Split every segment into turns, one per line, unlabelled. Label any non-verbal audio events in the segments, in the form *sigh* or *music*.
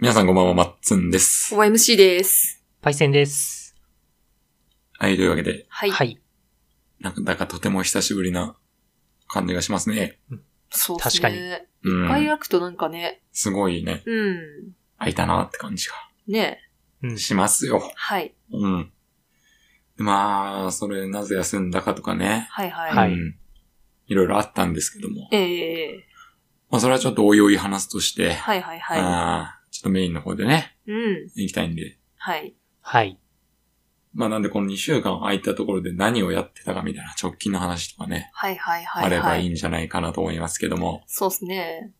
皆さんこんばんは、まっつんです。
OMC です。
パイセンです。
はい、というわけで、
はい。
はい。
なんだかとても久しぶりな感じがしますね。
そうですね。
確かに
う
一回
ん。
開くとなんかね、
すごいね、
うん。
空いたなって感じが
ね
うん。
しますよ。
はい。
うん。でまあ、それなぜ休んだかとかね。
はいはい。
はい
うん。いろいろあったんですけども。
ええ
まあ、それはちょっとおいおい話すとして、
はいはいは
あーちょっとメインの方でね、
い。うん。
行きたいんで。
はい。
はい。
まあ、なんでこの2週間空いたところで何をやってたかみたいな直近の話とかね、
はいはいはい、はい。
あればいいんじゃないかなと思いますけども。
そうですね。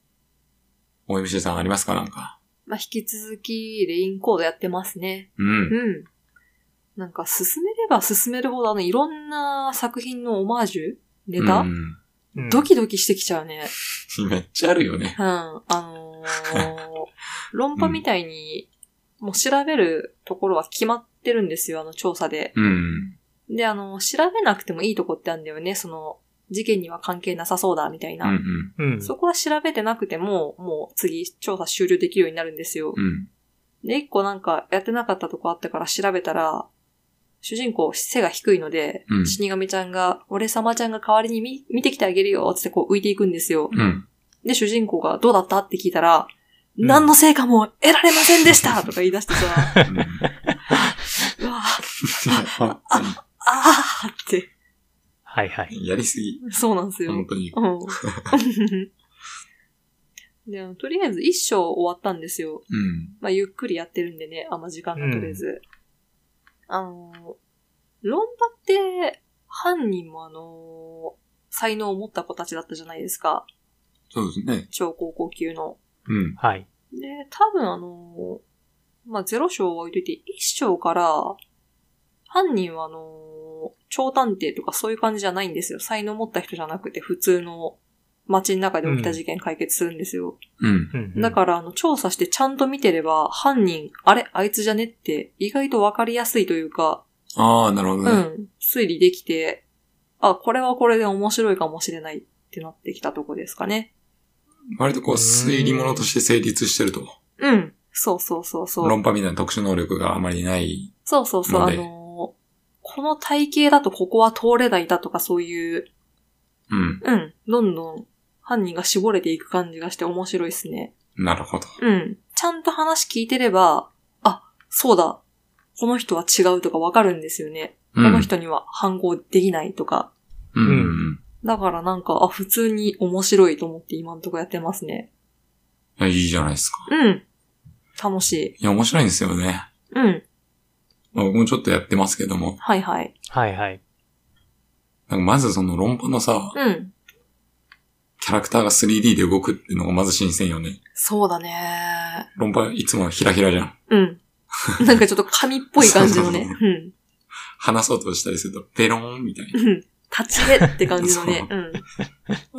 OMC さんありますかなんか。
まあ、引き続き、レインコードやってますね。
うん。
うん。なんか、進めれば進めるほど、あの、いろんな作品のオマージュネタ、
うん
うん
ドキドキしてきちゃうね。
めっちゃあるよね。
うん。あのー、論破みたいに、もう調べるところは決まってるんですよ、あの調査で。
うん。
で、あの、調べなくてもいいとこってあるんだよね。その、事件には関係なさそうだ、みたいな。
うんうん。
うん。
そこは調べてなくても、もう次、調査終了できるようになるんですよ。
うん。
で、一個なんか、やってなかったとこあったから調べたら、主人公、背が低いので、
うん
死神ちゃんが、俺様ちゃんが代わりに見見てきてあげるよ、つってこう浮いていくんですよ。
うん。
で、主人公がどうだったって聞いたら、
うん
何の成果も得られませんでしたとか言い出してさ、うわぁ、
本当に
あーって。
はいはい。
やりすぎ。
そうなんですよ。
本当に。
うん。で、あのとりあえず一章終わったんですよ。
うん。
まあ、ゆっくりやってるんでね、あんま時間が取れず。あの、論破って、犯人もあの、才能を持った子たちだったじゃないですか。
そうですね。
超高校級の。
うん。
はい。
で、多分あの、まあ、ゼロ章は置いといて、一章から、犯人はあの、超探偵とかそういう感じじゃないんですよ。才能持った人じゃなくて、普通の街の中で起きた事件解決するんですよ。
うん。
うん
だから、あの、調査してちゃんと見てれば、犯人、あれあいつじゃねって、意外とわかりやすいというか、
ああ、なるほ
う
どね。
ん、推理できて、あ、これはこれで面白いかもしれないってなってきたとこですかね。
割とこう、推理物として成立してると。
うん。そうそうそうそう。
論破みたいな特殊能力があまりない。
そうそうそう、
の
あ
で
のーこの体型だとここは通れないだとかそういう、
うん。
うん、どんどん犯人が絞れていく感じがして面白いですね。
なるほど。
うん。ちゃんと話聞いてれば、あ、そうだ、この人は違うとかわかるんですよね。
うん
この人には反抗できないとか。
うん
う
だからなんか、あ、普通に面白いと思って今んとこやってますね。
いや、いいじゃないですか。
うん。楽しい。
いや、面白いんですよね。
うん。
まあ僕もちょっとやってますけども。
はいはい。
はいはい。
なんかまずその論破のさ、
うん。
キャラクターが 3D で動くっていうのがまず新鮮よね。
そうだね。
論破いつもヒラヒラじゃん。 *laughs*
うん。なんかちょっと紙っぽい感じのね。うん。
話そうとしたりすると、ペローンみたい
うん立ち絵って感じのね。
*laughs*
う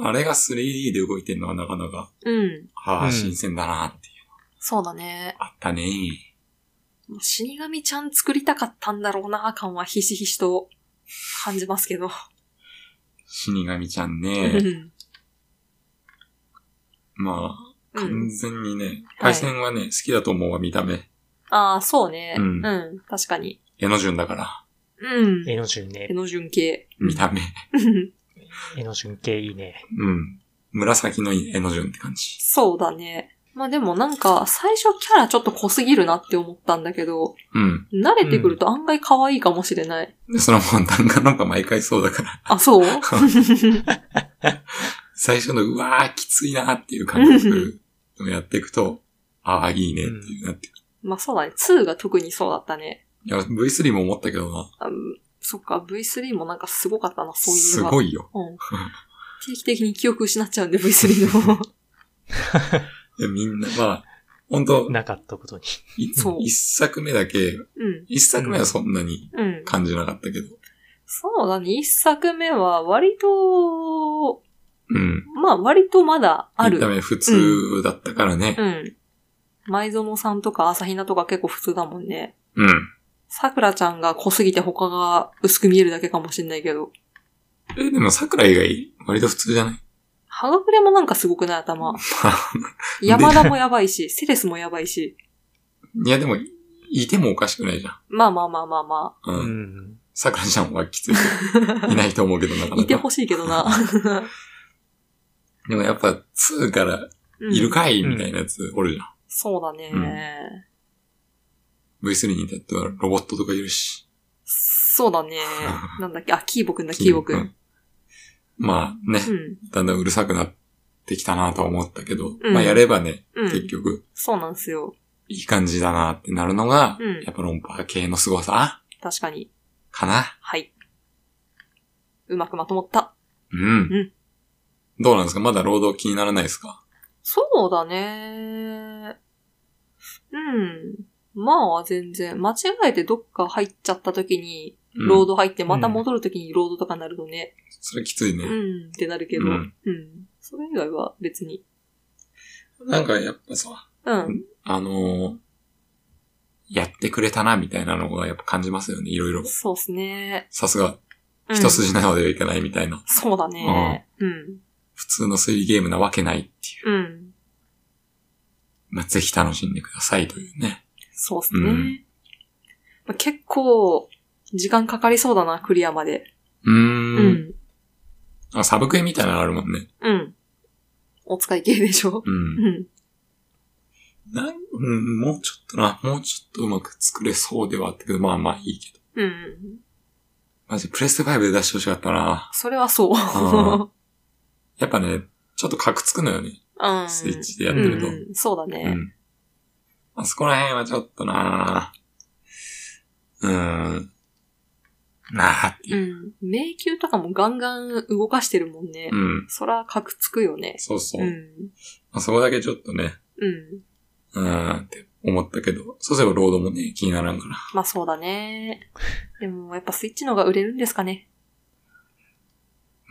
な。あれが 3D で動いてるのはなかなか、
ん。うん。
ああ、
うん
新鮮だなっていう。
そうだね。
あったね
死神ちゃん作りたかったんだろうな感はひしひしと感じますけど。
死神ちゃん
う
ね
ん。
まあ、
う
完
ん、
全にね、パイセンはね、好きだと思うわ、見た目。
ああ、そうね、
う
うんん。確かに。
絵の順だから、
うん。
絵の順ね
絵。の順系。
見た目。
うん
絵の順系いいね。
うん。紫の絵の順って感じ。
*laughs* そうだね。まあでもなんか、最初キャラちょっと濃すぎるなって思ったんだけど、
うん。
慣れてくると案外可愛いかもしれない。
で、そのもん、単価なんか毎回そうだから、*laughs*
あ、そう
最初の、うわー、きついなーっていう感覚をやっていくと、ああ、いいねっていうなってくる。
まあそうだね。2が特にそうだったね。
いや、V3 も思ったけどな、
あそっか、V3 もなんかすごかったな、そういう
す
のが。
ごいよ。
うん。定期的に記憶失っちゃうんで、
*laughs*
V3 の。
いやみんな、まあ、本当
なかったことに。
い
そう
一作目だけ、
うん。
一作目はそんなに
うん。
感じなかったけど、
そうだね。一作目は、割と、
うん。
まあ、割とまだあ
見た
る。
目普通だったからね
う。ん。前園さんとか朝比奈とか結構普通だもんね。
うん。
桜ちゃんが濃すぎて他が薄く見えるだけかもしんないけど。
え、でも桜以外、割と普通じゃない *laughs*
ハガフレもなんかすごくない頭。山田もやばいし、セレスもやばいし。
いや、でも、いてもおかしくないじゃん。
まあまあまあまあま
う。
うんん。
さくらちゃんは
*laughs*
きつい。いないと思うけど、なかな
あ。
か。
いてほしいけ
*laughs*
どな。
でもやっぱ、2から、
うん
いるかいみたいなやつ、おるじゃん。
そうだね、
うん V3 に至ってはロボットとかいるし。
そ
*laughs*
うだね。なんだっけ、あ、キーボくんだ、キーボくん。
まあね
う、ん。
だんだんうるさくなってきたなとは思ったけど、
うん
まあやればね、
う
結
ん。
局、
そうなんですよ。
いい感じだなってなるのが、
うん
やっぱロンパー系の凄さ
確かに。
かな。
はい。うまくまとまった。
うん。
ん
どうなんですかまだ労働気にならないですか
そうだね。うん。まあ、全然。間違えてどっか入っちゃった時に、
うん
ロード入って、また戻る時にロードとかになるとね、
それきついね。
うん、ってなるけど、
う
うんん。それ以外は別に。
なんかやっぱさ、
うん。
あのーやってくれたなみたいなのがやっぱ感じますよね、いろいろ。
そうっすね。
さすが、
うん
一筋縄ではいかないみたいな。
そうだね。うん。
普通の推理ゲームなわけないっていう。
うん。
まあ、ぜひ楽しんでくださいというね。
そうっすね。
うん
まあ、結構、時間かかりそうだな、クリアまで。
うー,、
うんん。
あ。サブクエみたいなのあるもんね。
うん。お使い系でしょ
う。
うんん。
なんうん、もうちょっとな、もうちょっとうまく作れそうではあったけど、まあまあいいけど。
うん。
マジプレステ5で出してほしかったな。
それはそう。
あやっぱね、ちょっとカクつくのよね。
*laughs* うん。
スイッチでやってると
うんうんそうだ
う
ね。
ん。あそこら辺はちょっとなうーん。なあっていうう。
ん。迷宮とかもガンガン動かしてるもんね
う。ん。
そら、かくつくよね。
そうそう。
うん
ま。あ、そこだけちょっとね、
うん。
うーんって思ったけど、そうすればロードもね、気にならんから。
まあそうだね。でも、やっぱスイッチの方が売れるんですかね。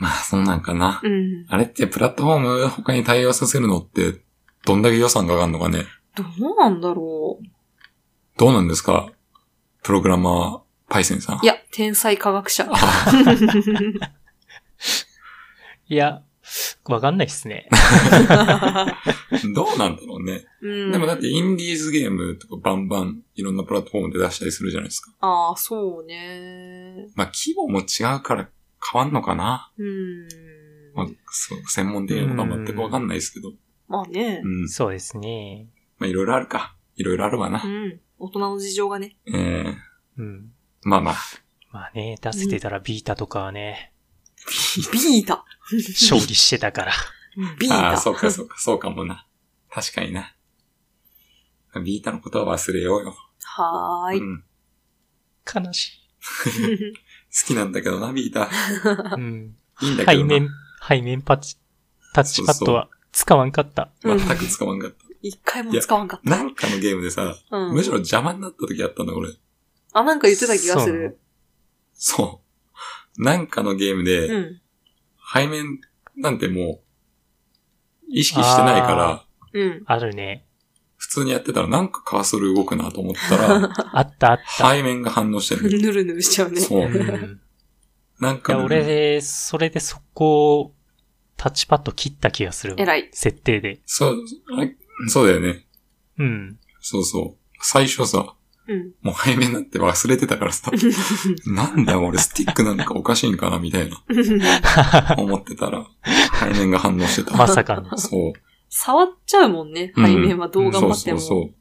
まあ、そうなんかな。
うん。
あれってプラットフォーム他に対応させるのって、どんだけ予算が上がるのかね。
どうなんだろう。
どうなんですかプログラマー、パイセンさん。
いや、天才科学者。
いや、わかんないっすね。
*laughs* どうなんだろうね。
うん。
でもだってインディーズゲームとかバンバンいろんなプラットフォームで出したりするじゃないですか。
ああ、そうね。
まあ規模も違うから変わんのかな。
うん。
まあ、そう、専門的なことは全くわかんないですけど。
まあね
う。ん。
そうですね。
まあいろいろあるか。いろいろあるわな。
うん。大人の事情がね。
ええ
うん。
まあまあ。
まあね、出せてたらビータとかはね、
ビータ。
勝利してたから。
ビー
ああ、
タ。
そうかそうか、そうかもな。確かにな。ビータのことは忘れようよ。
はーい。
うん。好
悲し
きなんだけどな、ビー
*laughs*
タ。
い。うん。
いいんだけ
背
どな。
面、背面パッチ、タッチパッドは使わんかった。
全く使わんかっ。
一回も使わんかった
なんかのゲームでさ、
た。う
む
ん
し。ろ邪魔になった時あったんだ、これ。
あ、なんか言ってた気がする。
そう。なんかのゲームで、
うん。
背面なんてもう、意識してないから、
うん。
あるね。
普通にやってたらなんかカーソル動くなと思ったら、
あったあった。
背面が反応して
ぬ
る。
るぬるしちゃう *laughs* ね。
そうう。
ん。
なん
い
か
や、
ね、
俺、それでそこを、タッチパッド切った気がする。
偉い。
設定で。
そう、あれそうだよね。
うん。
そうそう。最初さ、 *laughs*
うん。
もう背面なんて忘れてたからさ、なんだよ俺スティックなんかおかしいんかなみたいな思ってたら、背面が反応してた。
まさかの。
そう。
触っちゃうもんね、背
うん
面はどう頑
そ
張
う
って
そう
も。
そ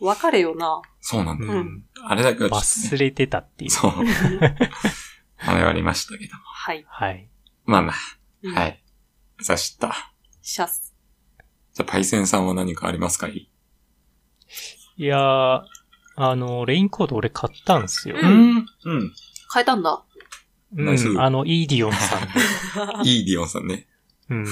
う。
わかれよな。
そうなんだ
う
よ。
ん。
あれだけはちょっとね
忘れてたっていう。
そう。あれはありましたけど。
はい。
はい。
まあま
うん
あ、は。い。刺した。
シャス。
じゃあ、パイセンさんは何かありますかい。
いやー、あの、レインコード俺買ったんすよ。
うん
うん。
変えたんだ。
う
ナイス
ん。あの、イーディオンさ
*laughs*
んで。
いいディオンさんね。
うん。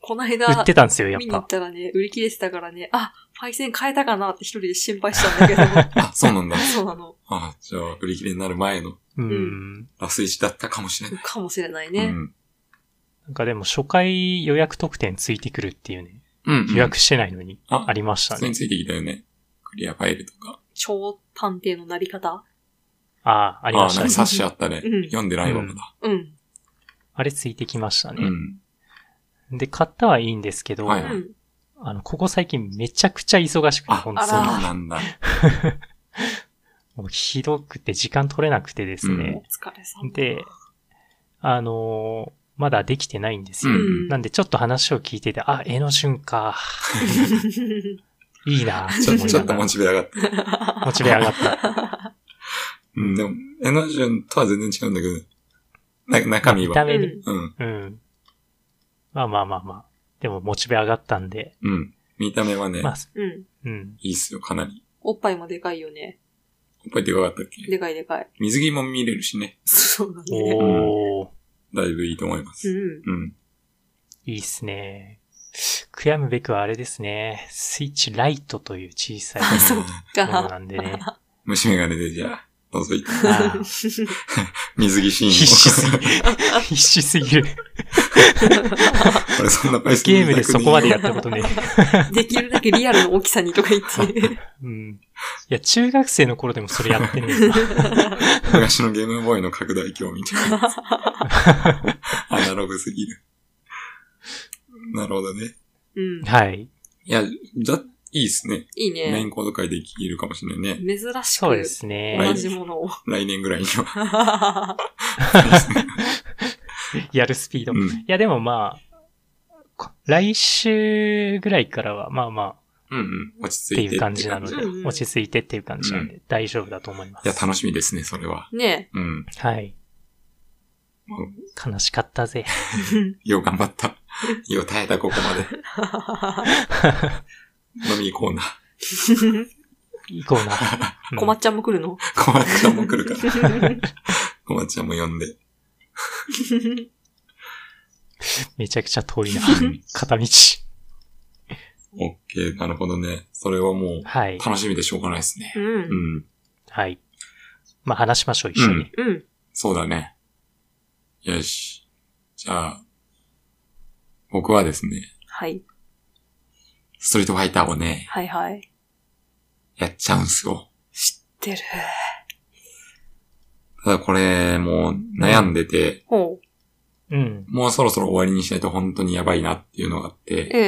こない
売
だ
って、たんすよ、やっ
見に行っ
ぱ。
たらね、売り切れてたからね、あ、パイセン変えたかなって一人で心配したんだ
*laughs*
けど。
あ、そうなんだ。 *laughs*
そうなの。
あじゃあ、売り切れになる前の
うん。
ラスイチだったかもしれない。
かもしれない
うん
ね。。
なんかでも初回予約特典ついてくるっていうね。
うん、うん。
予約してないのに
あ
ありまし
普
た
通
ね
に。ついてきたよね。クリアファイルとか。
超探偵のなり方
ああ、あり
あ
ま
あ、
し
なんか
たね。
冊子あったね。
うん
読んでないわ、まだ。
うん。
あれついてきました
う
ね。
ん。
で、買ったはいいんですけど、
は
う
い
ん。
あの、ここ最近めちゃくちゃ忙しくて、
あ、
本
そう
当に
あら
なんだ。
もうひどくて時間取れなくてです
お
ね。
疲れ様。
で、あのーまだできてないんですよ。
うん
なんでちょっと話を聞いてて、あ、江ノ旬か。いいな
*laughs* ち
と
ょ
思い
ちょ
な
っと
が
モ
ら。
チベ上
*laughs*
がった。
モチベ上がった。
うん、でも、エノジュンとは全然違うんだけど、な中身
見た
は。
目に。
うん、
うん。まあまあまあまあ。でもモチベ上がったんで。
うん。見た目はね、
まあ、
うん。
うん。
いいっすよ、かなり。
おっぱいもでかいよね。
おっぱいでかかったっけ
でかいでかい。
水着も見れるしね、
そうだね。
おー、
だいぶいいと思いま
う
す。
ん。
うん。
いいっすね。悔やむべくはあれですね。スイッチライトという小さい
*laughs*
そう
もの
が、
なんでね。
虫眼鏡で、じゃあ、覗いて。
*laughs*
あー
水着シーンを。
必死す
*laughs*
ぎる。必死すぎる。
俺そんなパイス
ゲームでそこまでやったことね。
できるだけリアルの大きさにとか
*laughs*
言って。
うん。いや、中学生の頃でもそれやってねえな。
昔のゲームボーイの拡大鏡み
*laughs*
たいなやつ。アナログすぎる。なるほどね。
うん。
はい。
いや、じゃ、いいっすね。
いい
メイン
ね。
コード会できるかもしれないね。
珍し
そうで
く、
すね。
同じものを。 *laughs*
来年ぐらいには。
やるスピード。
う
い
ん。
*laughs* や、でもまあ、こ来週ぐらいからは、まあまあ、
うんうん。落ち着
って
いて
いう感じなので、
うんうん
落ち着いてっていう感じなんで、大丈夫だと思いま
い
す。
や、楽しみですね、それは。
ね
うん。
はい。悲しかったぜ。
よう頑張
*laughs*
った。よう耐えた、ここまで。飲みに行こうな。
行こうな。
*laughs*
うん
こまっちゃんも来るの
小松ちゃんも来るから。小松ちゃんも呼んで。
めちゃくちゃ遠いな。
うん
片道。
オッケー、なるほどね。それはもう、
はい。
楽しみでしょうがないですね
*laughs* う。。
うんん。
はい。まあ話しましょう、一緒に。
うん。
そうだね。よし。じゃあ、僕はですね、
はい。
ストリートファイターをね、
はいはい。
やっちゃうんすよ。
出る。
ただこれ、もう悩んでて、
ほう。
うん。
もうそろそろ終わりにしないと本当にやばいなっていうのがあって、
え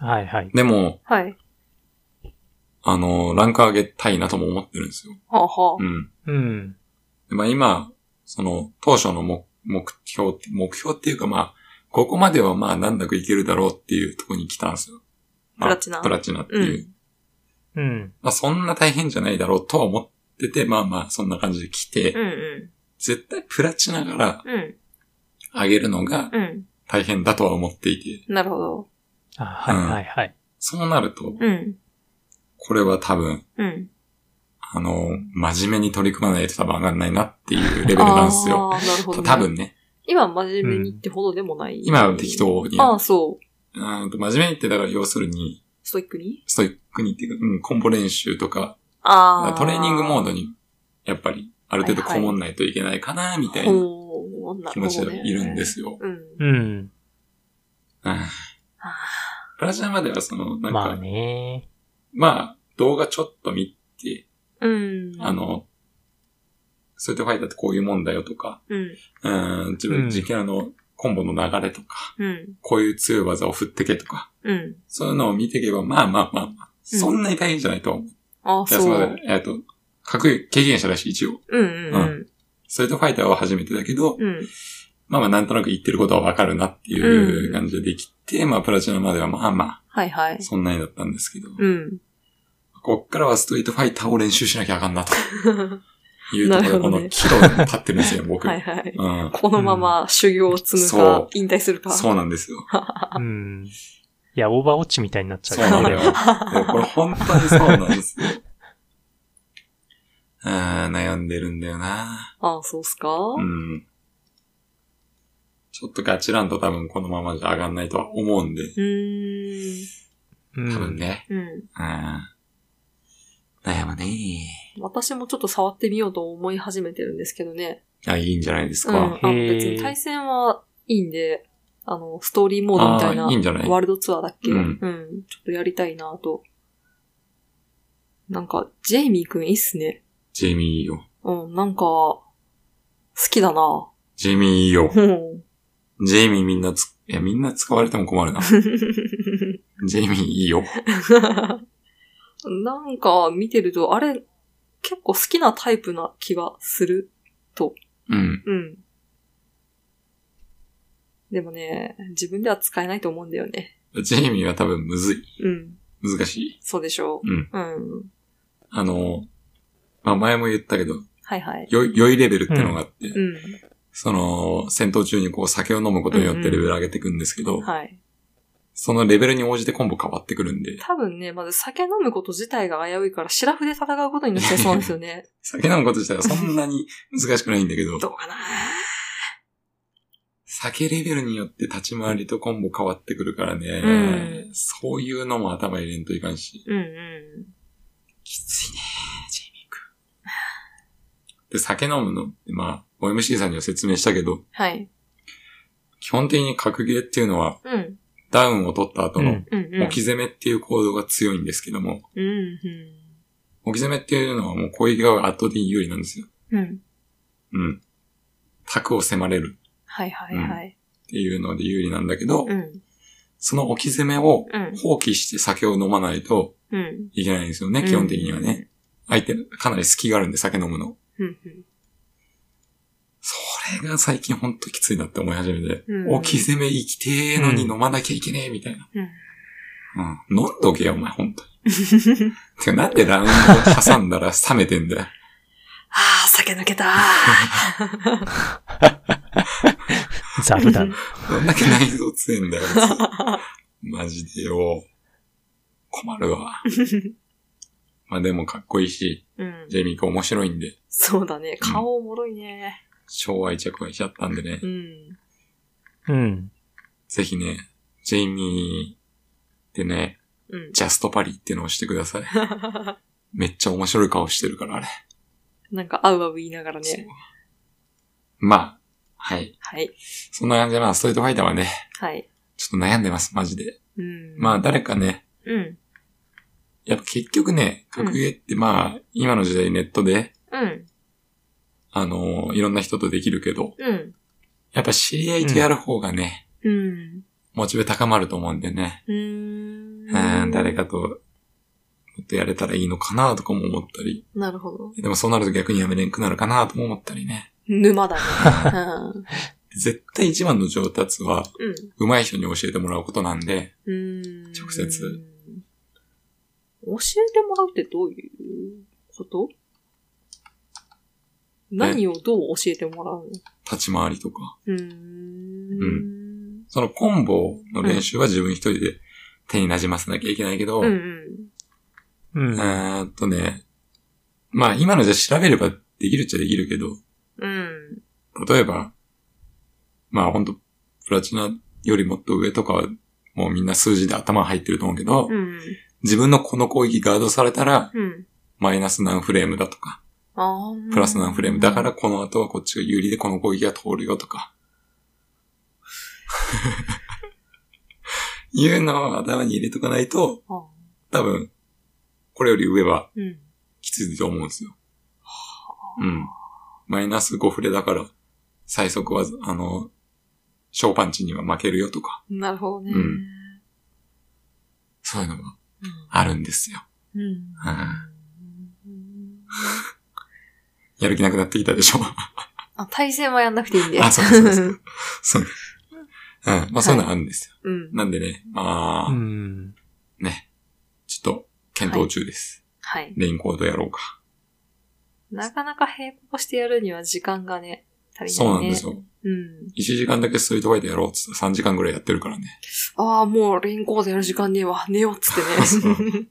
え。
はいはい。
でも、
はい。
あの、ランク上げたいなとも思ってるんですよ。
はあは
うん。
うん。
でまあ今、その、当初の目目標って、目標っていうかまあ、ここまではまあ難なくいけるだろうっていうところに来たんですよ。まあ
プラチナ
プラチナっていう。
う
うん。
まあそんな大変じゃないだろうとは思ってて、まあまあそんな感じで来て、
あ。うんう
絶対プラチナから
ん。うん。
上げるのが
うん。
大変だとは思っていて、
なるほど。
あはいはいはい。
そうなると、
うん。
これは多分、
うん。
あの、真面目に取り組まないと多分上がんないなっていうレベルなんですよ。
ああ、なるほどね。
多分ね、
今真面目にってほどでもない。
今は適。当に、
ああ、そう。
うーんと真面目にってだから要するに、
ストイックに
ストイックにっていうか、うん、コンボ練習とか、
ああ。
トレーニングモードに、やっぱり、ある程度こもんないといけないかな、みたいな
ほう、な
気
るほ
持ち
ど
で
ね。
いるんですよ。
うん。
うん。
うん
あ
プラチナまではその、なん
まあ
か、
ね。
まあ、動画ちょっと見て、
ーうん。
あ、の、そういったファイターってこういうもんだよとか、
うん。
うん、自
う
分、
ん
自分のコンボの流れとか、
うん。
こういう強い技を振ってけとか、
うん。
そういうのを見ていけば、まあまあまあまあ、そんなに大変じゃないと思う。
ああ、
いや
そ
ま
う
で。えっと、各経験者だし、一応。
うんうん
ストリートファイターは初めてだけど、
うん。うん。
まあまあなんとなく言ってることはわかるなっていう感じでできて、まあプラチナまではまあま
はいはい
あ、。そんなにだったんですけど、 *laughs*
うん。
こっからはストリートファイターを練習しなきゃあかんなというところ
なる
で、
ほ
こ
ど
の
ね
岐路に立ってるんですよ、僕。
はいはい。
うん。
このまま修行を積むか、
そう
引退するか。
そうなんですよ。
うん。いや、オーバーウォッチみたいになっちゃう
そうな
こ
の
れ
よ。
は
でもこれ本当にそうなんですよ。あー悩んでるんだよな。
ああ、そうっすか、
うん。ちょっとガチランと多分このままじゃ上がんないとは思うんで、
うーん。
う
多分
ん。
ね。
うん。
うん悩むね
私もちょっと触ってみようと思い始めてるんですけどね。
あ、いいんじゃないです
うん。あ
か。
別に対戦はいいんで、あの、ストーリーモードみたいな
あーいいんじゃない
ワールドツアーだっけ、
う
うんん、ちょっとやりたいなと。なんか、ジェイミーくんいいっすね。
ジェイミーいいよ。
うん、なんか、好きだな。
ジェイミーいい
*laughs*
よ。
うん。 *laughs*
ジェイミーみんなつ、いや、みんな使われても困るな。ジェイミーいいよ。
なんか見てると、あれ、結構好きなタイプな気がする。
うん。
うん。でもね、自分では使えないと思うんだよね。
ジェイミーは多分むずい。
うん。
難しい。
そうでしょう。
うん。
うん。
あの、まあ、前も言ったけど、
はいはい。
良い、良いレベルってのがあって、
う
その、戦闘中にこう酒を飲むことによってレベル上げていくんですけど、
ん。はい。
そのレベルに応じてコンボ変わってくるんで、
多分ね、まず酒飲むこと自体が危ういから、シラフで戦うことになっちゃいそうなんですよね。
酒飲むこと自体はそんなに難しくないんだけど、
どうかな
酒レベルによって立ち回りとコンボ変わってくるからね、
う
そういうのも頭入れんといかんし、
うんう
きついね、ジェイミー君。で、酒飲むのって、まあ、OMC さんには説明したけど
ん。、はい。
基本的に格ゲーっていうのは、
うん。
ダウンを取った後
う
の
ん
うんうん。
置き攻めっていう行動が強いんですけども、
うんう
置き攻めっていうのはもう攻撃が圧倒的に有利なんですよ。
ん。うん。
うん。卓を迫れる
はいはいはい。
っていうので有利なんだけど、
うん。
その置き攻めを
うん。
放棄して酒を飲まないと
うん。
いけないんですよね、基本的にはね。相手、かなり隙があるんで酒飲むの。
うんうん。
それが最近ほんときついなって思い始めて、
うん
置き攻め生きてえのに飲まなきゃいけねえみたいな。
うん
うん。飲んどけよ、お前、ほんとに。てか、なんでラウンド挟んだら冷めてんだ *laughs* よ。
ああ、酒抜
*laughs*
けた。
ザル
*laughs*
だな。
どんだけ内臓強いんだよ、あいつマジでよ。困るわ。まあでもかっこいいし、
うん。
ジェイミー君面白いんで、
そうだね。顔おもろいね。
超愛着がしちゃったんでね
う。ん。
うん。
ぜひね、ジェイミーでね、
うん。
ジャストパリっていうのをしてください。 *laughs* めっちゃ面白い顔してるから、あれ。
なんか、合う合う言いながら
そう
ね。
まあ、はい。
はい。
そんな感じで、まあ、ストリートファイターはね、
はい。
ちょっと悩んでます、マジで。
うん。
まあ、誰かね、
うん。
やっぱ結局ね、格ゲーってまあ、今の時代ネットで、
うん。
あのーいろんな人とできるけど、
うん。
やっぱ知り合いとやる方がね、
うん。
モチベ高まると思うんでね、
うーん。
うん、誰。かと、もっとやれたらいいのかなとかも思ったり、
なるほど。
でもそうなると逆にやめれんくなるかなとも思ったりね。
沼
*laughs*
だね。
絶対一番の上達は、
うん。
上手い人に教えてもらうことなんで、
うん。
直接。
教えてもらうってどういうこと何をどう教えてもらうの
立ち回りとか、
うーん。
そのコンボの練習は自分一人で手に馴染ませなきゃいけないけど、
うんうん。
うん。
えーっとね、まあ今のじゃ調べればできるっちゃできるけど、
うん。
例えば、まあほんと、プラチナよりもっと上とかは、もうみんな数字で頭入ってると思うけど、
うん。
自分のこの攻撃ガードされたら、
うん。
マイナス何フレームだとか、
ああ。
プラス何フレーム。だからこの後はこっちが有利でこの攻撃が通るよとか。 *laughs* いうのを頭に入れとかないと、
あー。
多分、これより上は
うん。
きついと思うんですよ。うん。マイナス5フレだから、最速は、あの、小パンチには負けるよとか、
なるほどね。
うんそういうのがあるんですよ。
うん。
ん
うん。
やる気なくなってきたでしょ *laughs*
あ、対戦はやんなくていいんで。
あ、そうそうそう。そう。うん。まあそういうのあるんですよ。
*laughs* うん。
なんでね、まあ、
うん。
ね。ちょっと、検討中です。
はい。
レインコードやろうか。
なかなか並行してやるには時間がね、足りないね。
そうなんです。よ。
うん。
1時間だけストリートファイターやろうって言ったら3時間ぐらいやってるからね。
ああ、もうレインコードやる時間ねえわ。寝ようっつってね。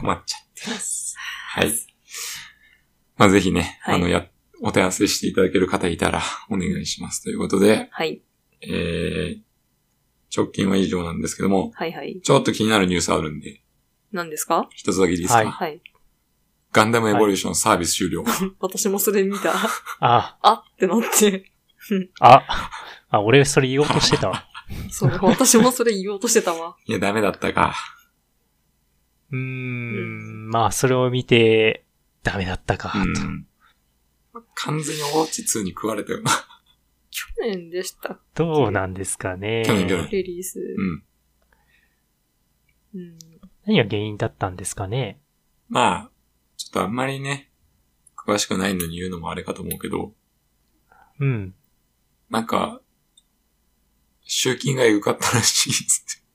困っちゃってます。はい。まあぜひね、
はい
あの、や、お手合わせしていただける方いたらお願いします。ということで、
はい。
えー、直近は以上なんですけども、
はいはい。
ちょっと気になるニュースあるんで、
何ですか
一つだけいいですか、
はい
はい。
ガンダムエボリューションサービス終了。
私もそれ見た。
あ、
あってなって。
あ、あ、俺それ言おうとして
*laughs*
たわ。
そう、私もそれ言おうとしてたわ。
いや、ダメだったか。
うーん。まあ、それを見て、ダメだったか、
う
と。
ん。完全にオーチ2に食われたよな。
去年でしたっ
どうなんですかね。
去年去年
けリリース。
うん。
うん。
何が原因だったんですかね
まあ、ちょっとあんまりね、詳しくないのに言うのもあれかと思うけど、
うん。
なんか、集金がエグかったらしいです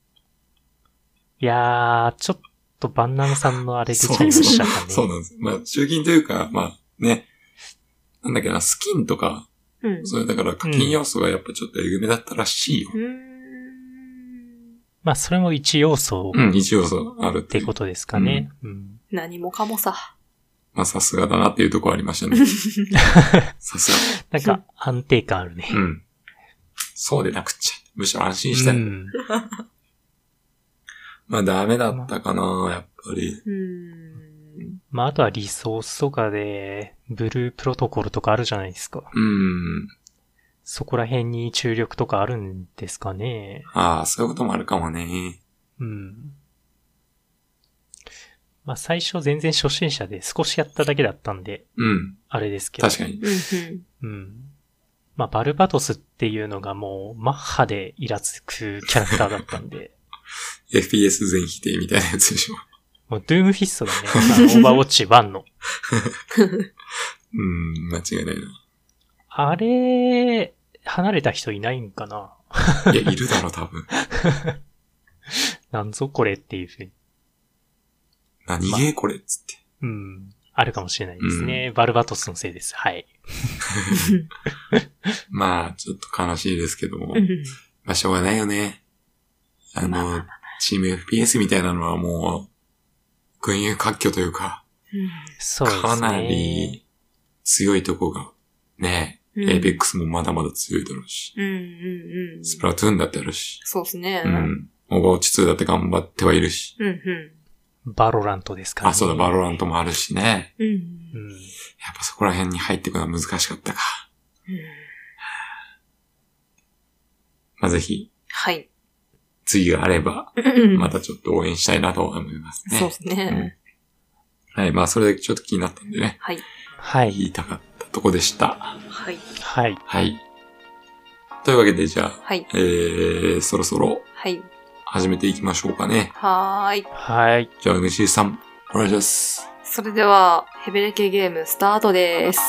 いやー、ちょっとバンナムさんのあれ出ちゃいま
そう
したかね。
そうなんです。まあ、集金というか、まあね、なんだっけな、スキンとか、
うん。
そういう、だから課金要素がやっぱちょっとえぐめだったらしいよ。
うーん。
まあ、それも一要素
う
っ
ん、一要素あるって
て
いう。
ことですかね。うん。
何もかもさ。
*laughs* まあ、さすがだなっていうところありましたね。さす
なんか、安定感あるね。
が。うん。そうでなくっちゃ。むしろ安心したい。
うん
まあ、ダメだったかな、やっぱり。
うーん。
まあ、あとはリソースとかで、ブループロトコルとかあるじゃないですか。
うん。
そこら辺に注力とかあるんですかね。
ああ、そういうこともあるかもね。
うん。まあ、最初全然初心者で少しやっただけだったんで、
うん。
あれですけど。
確かに。
うんうん。
うん。まあ、バルバトスっていうのがもう、マッハでイラつくキャラクターだったんで、 *laughs*
FPS 全否定みたいなやつでしょ。
もう、ドゥームフィストだね。あ
*laughs*
のオーバーウォッチ1の。
うん、間違いないな。
あれ、離れた人いないんかない
や、いるだろ、多分。
なんぞこれっていうふうに。
何ゲーこれっつって。
うん。あるかもしれないですね。バルバトスのせいです。はい。
まあ、ちょっと悲しいですけども。
うん
まあ、しょうがないよね。あ
まあま
の、チーム FPS みたいなのはもう、群雄割拠というか、
そうですね。
かなり強いとこが、ね、
うん
エイペックスもまだまだ強いだろうし、
うんうんうん。
スプラトゥーンだってあるし、
そうですね。
う。ん、オーバーウォッチ2だって頑張ってはいるし、
うんう
バロラントですから、ね。
あ、そうだ、バロラントもあるしね。
ん。うん
う
うん
ん。
やっぱそこら辺に入っていくのは難しかったか。まあ、ぜひ、
はい。
次があれば、ま
ま
たちょっと応援したいなと思いますね。
そうですね。
うんはい、まあ、それでちょっと気になったんでね、
はい。
はい。
言いたかったとこでした。
はい。
はい。
はい。というわけで、じゃあ、
はい。
えー、そろそろ
はい。
始めていきましょうかね。
はーい。
はい。
じゃあ、MC さん、お願いします。
それでは、ヘベレケゲームスタートです。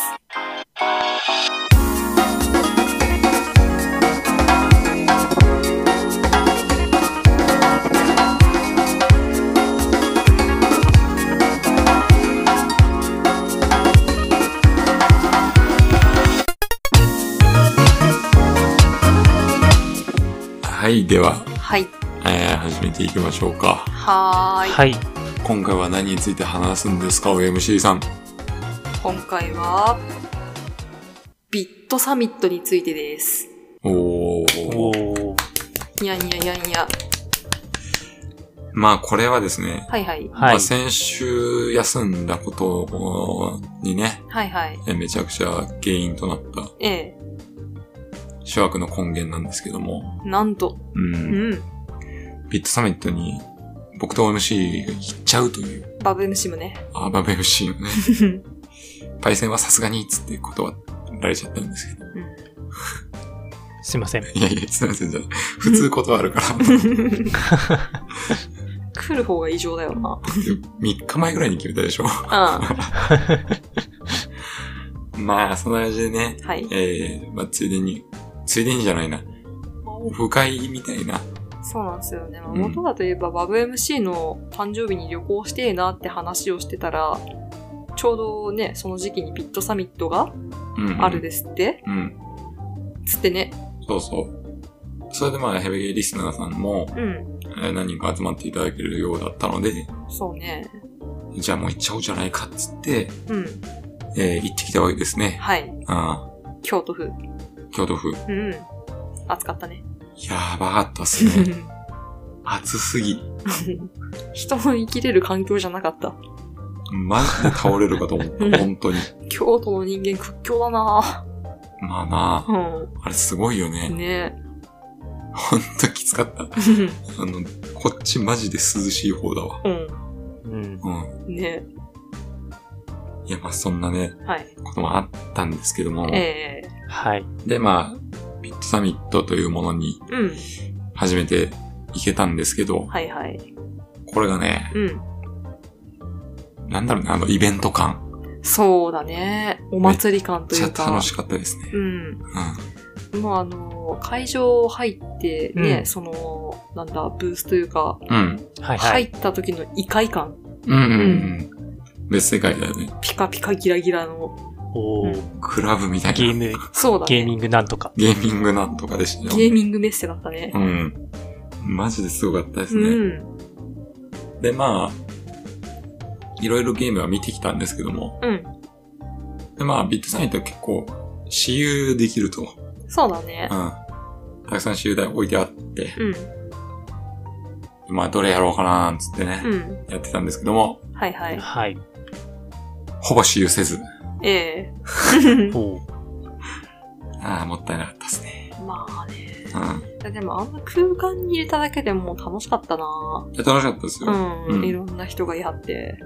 はい、では、
はい。
えー、始めていきましょうか。
はーい。
はい。
今回は何について話すんですか、お MC さん。
今回は、ビットサミットについてです。
お
お
ー。
ー。
いやいやいやいや。
まあ、これはですね、
はいはい。
ま
はい
あ、。先週休んだことにね、
はいはい。
えーめちゃくちゃ原因となった
ええ。
諸悪の根源なんですけども、
なんと。
う、
うんん。
ビットサミットに僕と MC が行っちゃうという。
バブムシム *laughs* ね。
アーバベウシーのね、 *laughs* パイセンはさすがにっつって断られちゃったんですけど。
すいません。
いやいや、すいません、じゃない普通断るから。
来る方が異常だよ *laughs* な。
3日前ぐらいに決めたでしょ。 *laughs*
う
まあ、そんな感じでね、
ん。はい。
えー、まあ、ついでに、ついでにじゃないな。オフ会みたいな。
そうなんですよね。まあ
うん
元はといえば、バブ MC の誕生日に旅行してえなって話をしてたら、ちょうどね、その時期にビットサミットが
うん、
あるですって、
うん。
つってね。
そうそう。それでまあ、ヘビゲーリスナーさんも、
うん。
えー何人か集まっていただけるようだったので、
そうね。
じゃあもう行っちゃおうじゃないかっつって、
うん。
えー、行ってきたわけですね。
はい。
あ
京都府。
あ、京都府。
うん。暑かったね。
やばかったっすね。暑すぎ。
*laughs* 人の生きれる環境じゃなかった。
マジで倒れるかと思
*laughs*
った、本当に。
京都の人間屈強だな
まあな
う
あ、あれすごいよ
ん。
ね。
ね
ほんときつかった。あの、こっちマジで涼しい方だわ。
*laughs* う
うん。
うん。
ん。ね
いや、まあそんなね、
はい。
こともあったんですけども。
ええ
はい。
で、まあ、ビットサミットというものに
うん。
初めて行けたんですけど、
はいはい。
これがね、
うん。
なんだろうね、あの、イベント感。
そうだね。お祭り感と
めっち
い
ゃ
うか。
楽しかったですね。
うん。
う
もうあの、会場入ってね、
うん
その、なんだ、ブースというか、
ん。うん。
はいは
入
い。
った時の異界感。
うんうんうん。別世界だよね。
ピカピカギラギラの。
おー
クラブみたいな。
ゲーム、
そうだね。
ゲーミングなんとか。
ゲーミングなんとかでしたよ。
ゲーミングメッセだったね。
うん。マジですごかったです
う
ね。
ん。
で、まあ、いろいろゲームは見てきたんですけども。
うん。
で、まあ、ビットサインって結構、私有できると。うん。
そうだね。
たくさん私有台置いてあって、
うん。
まあ、どれやろうかなーっつってね、
うん。
やってたんですけども、
はいはい。
はい。
ほぼ私有せず。
ええ
おー
ああ、もったいなかったですね。
まあね。
う。
でもあんな空間に入れただけでもう楽しかったなん
いや楽しかったですよ。
う。
うんん
いろんな人がやって。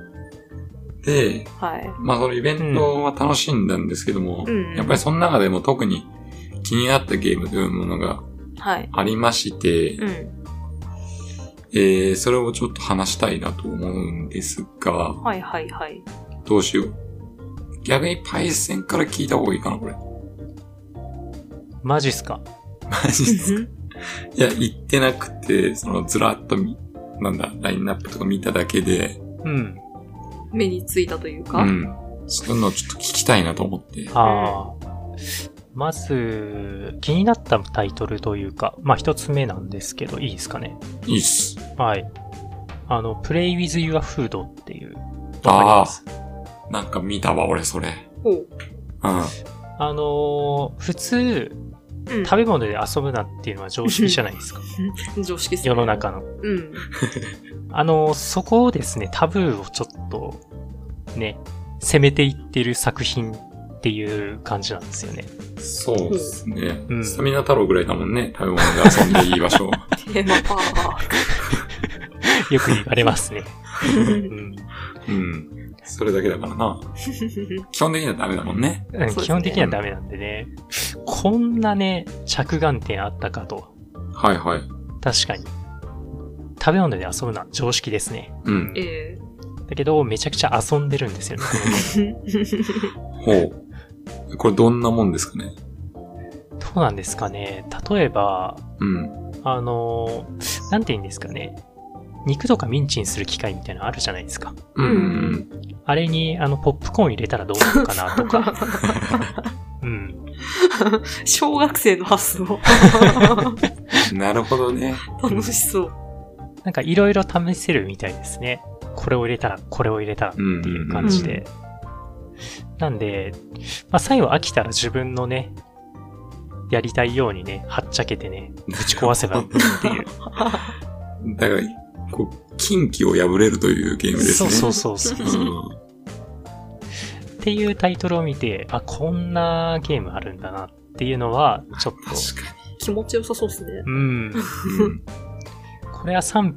で、
はい。
まあ、そのイベントは楽しんだんですけども、
うん。
やっぱりその中でも特に気になったゲームというものが
り。はい。
ありまして、
うん。
えー、それをちょっと話したいなと思うんですが、
はいはいはい。
どうしよう。逆にパイセンから聞いた方がいいかな、これ。
マジっすか。
マジっすか。いや、言ってなくて、そのずらっとみ、なんだ、ラインナップとか見ただけで、
うん。
目についたというか。
うん。そういうのをちょっと聞きたいなと思って。
ああ。まず、気になったタイトルというか、まあ一つ目なんですけど、いいですかね。
いいっす。
はい。あの、Play with Your Food っていう。
あ
わ
あ
かります
ー、なんか見たわ、俺、それ。
ほう。
うん。
あのー普通、
うん。
食べ物で遊ぶなっていうのは常識じゃないですか。
常識っすね
世の。中の。
うん。
あのーそこをですね、タブーをちょっと、ね、攻めていってる作品っていう感じなんですよね。
そうですね。
うん
スタミナ太郎ぐらいだもんね。食べ物で遊んでいい場 *laughs* 所。
テーマパー
よく言われま
*laughs*
すね。
ク。
うん
うん。それだけだからな。基本的にはダメだもんね。
うん
そうですね
基本的にはダメなんでね。こんなね、着眼点あったかと。
はいはい。
確かに。食べ物で遊ぶのは常識ですね。
うん。
え
だけど、めちゃくちゃ遊んでるんですよ
*laughs*
ね。
え。
ほう。これどんなもんですかね。
どうなんですかね。例えば、
うん。
あのー、なんて言うんですかね。肉とかミンチにする機械みたいなのあるじゃないですか。
うんん。
あれに、あの、ポップコーン入れたらどうなるかな
*laughs*
とか。うん。
*laughs* 小学生の発想。 *laughs*
なるほど *laughs* ね。
楽しそう。
なんかいろいろ試せるみたいですね。これを入れたら、これを入れたら
うんうん。
っていう感じで。なんで、まあ、最後飽きたら自分のね、やりたいようにね、はっちゃけてね、
ぶ
ち壊せばっていう。
だから、こう、近畿を破れるというゲームです
そう
ね。
そうそうそう。
う
っ
ん。
ていうタイトルを見て、あ、こんなゲームあるんだなっていうのは、ちょっと、
確か
気持ちよさそうですね。
うん、
に。うん
これは賛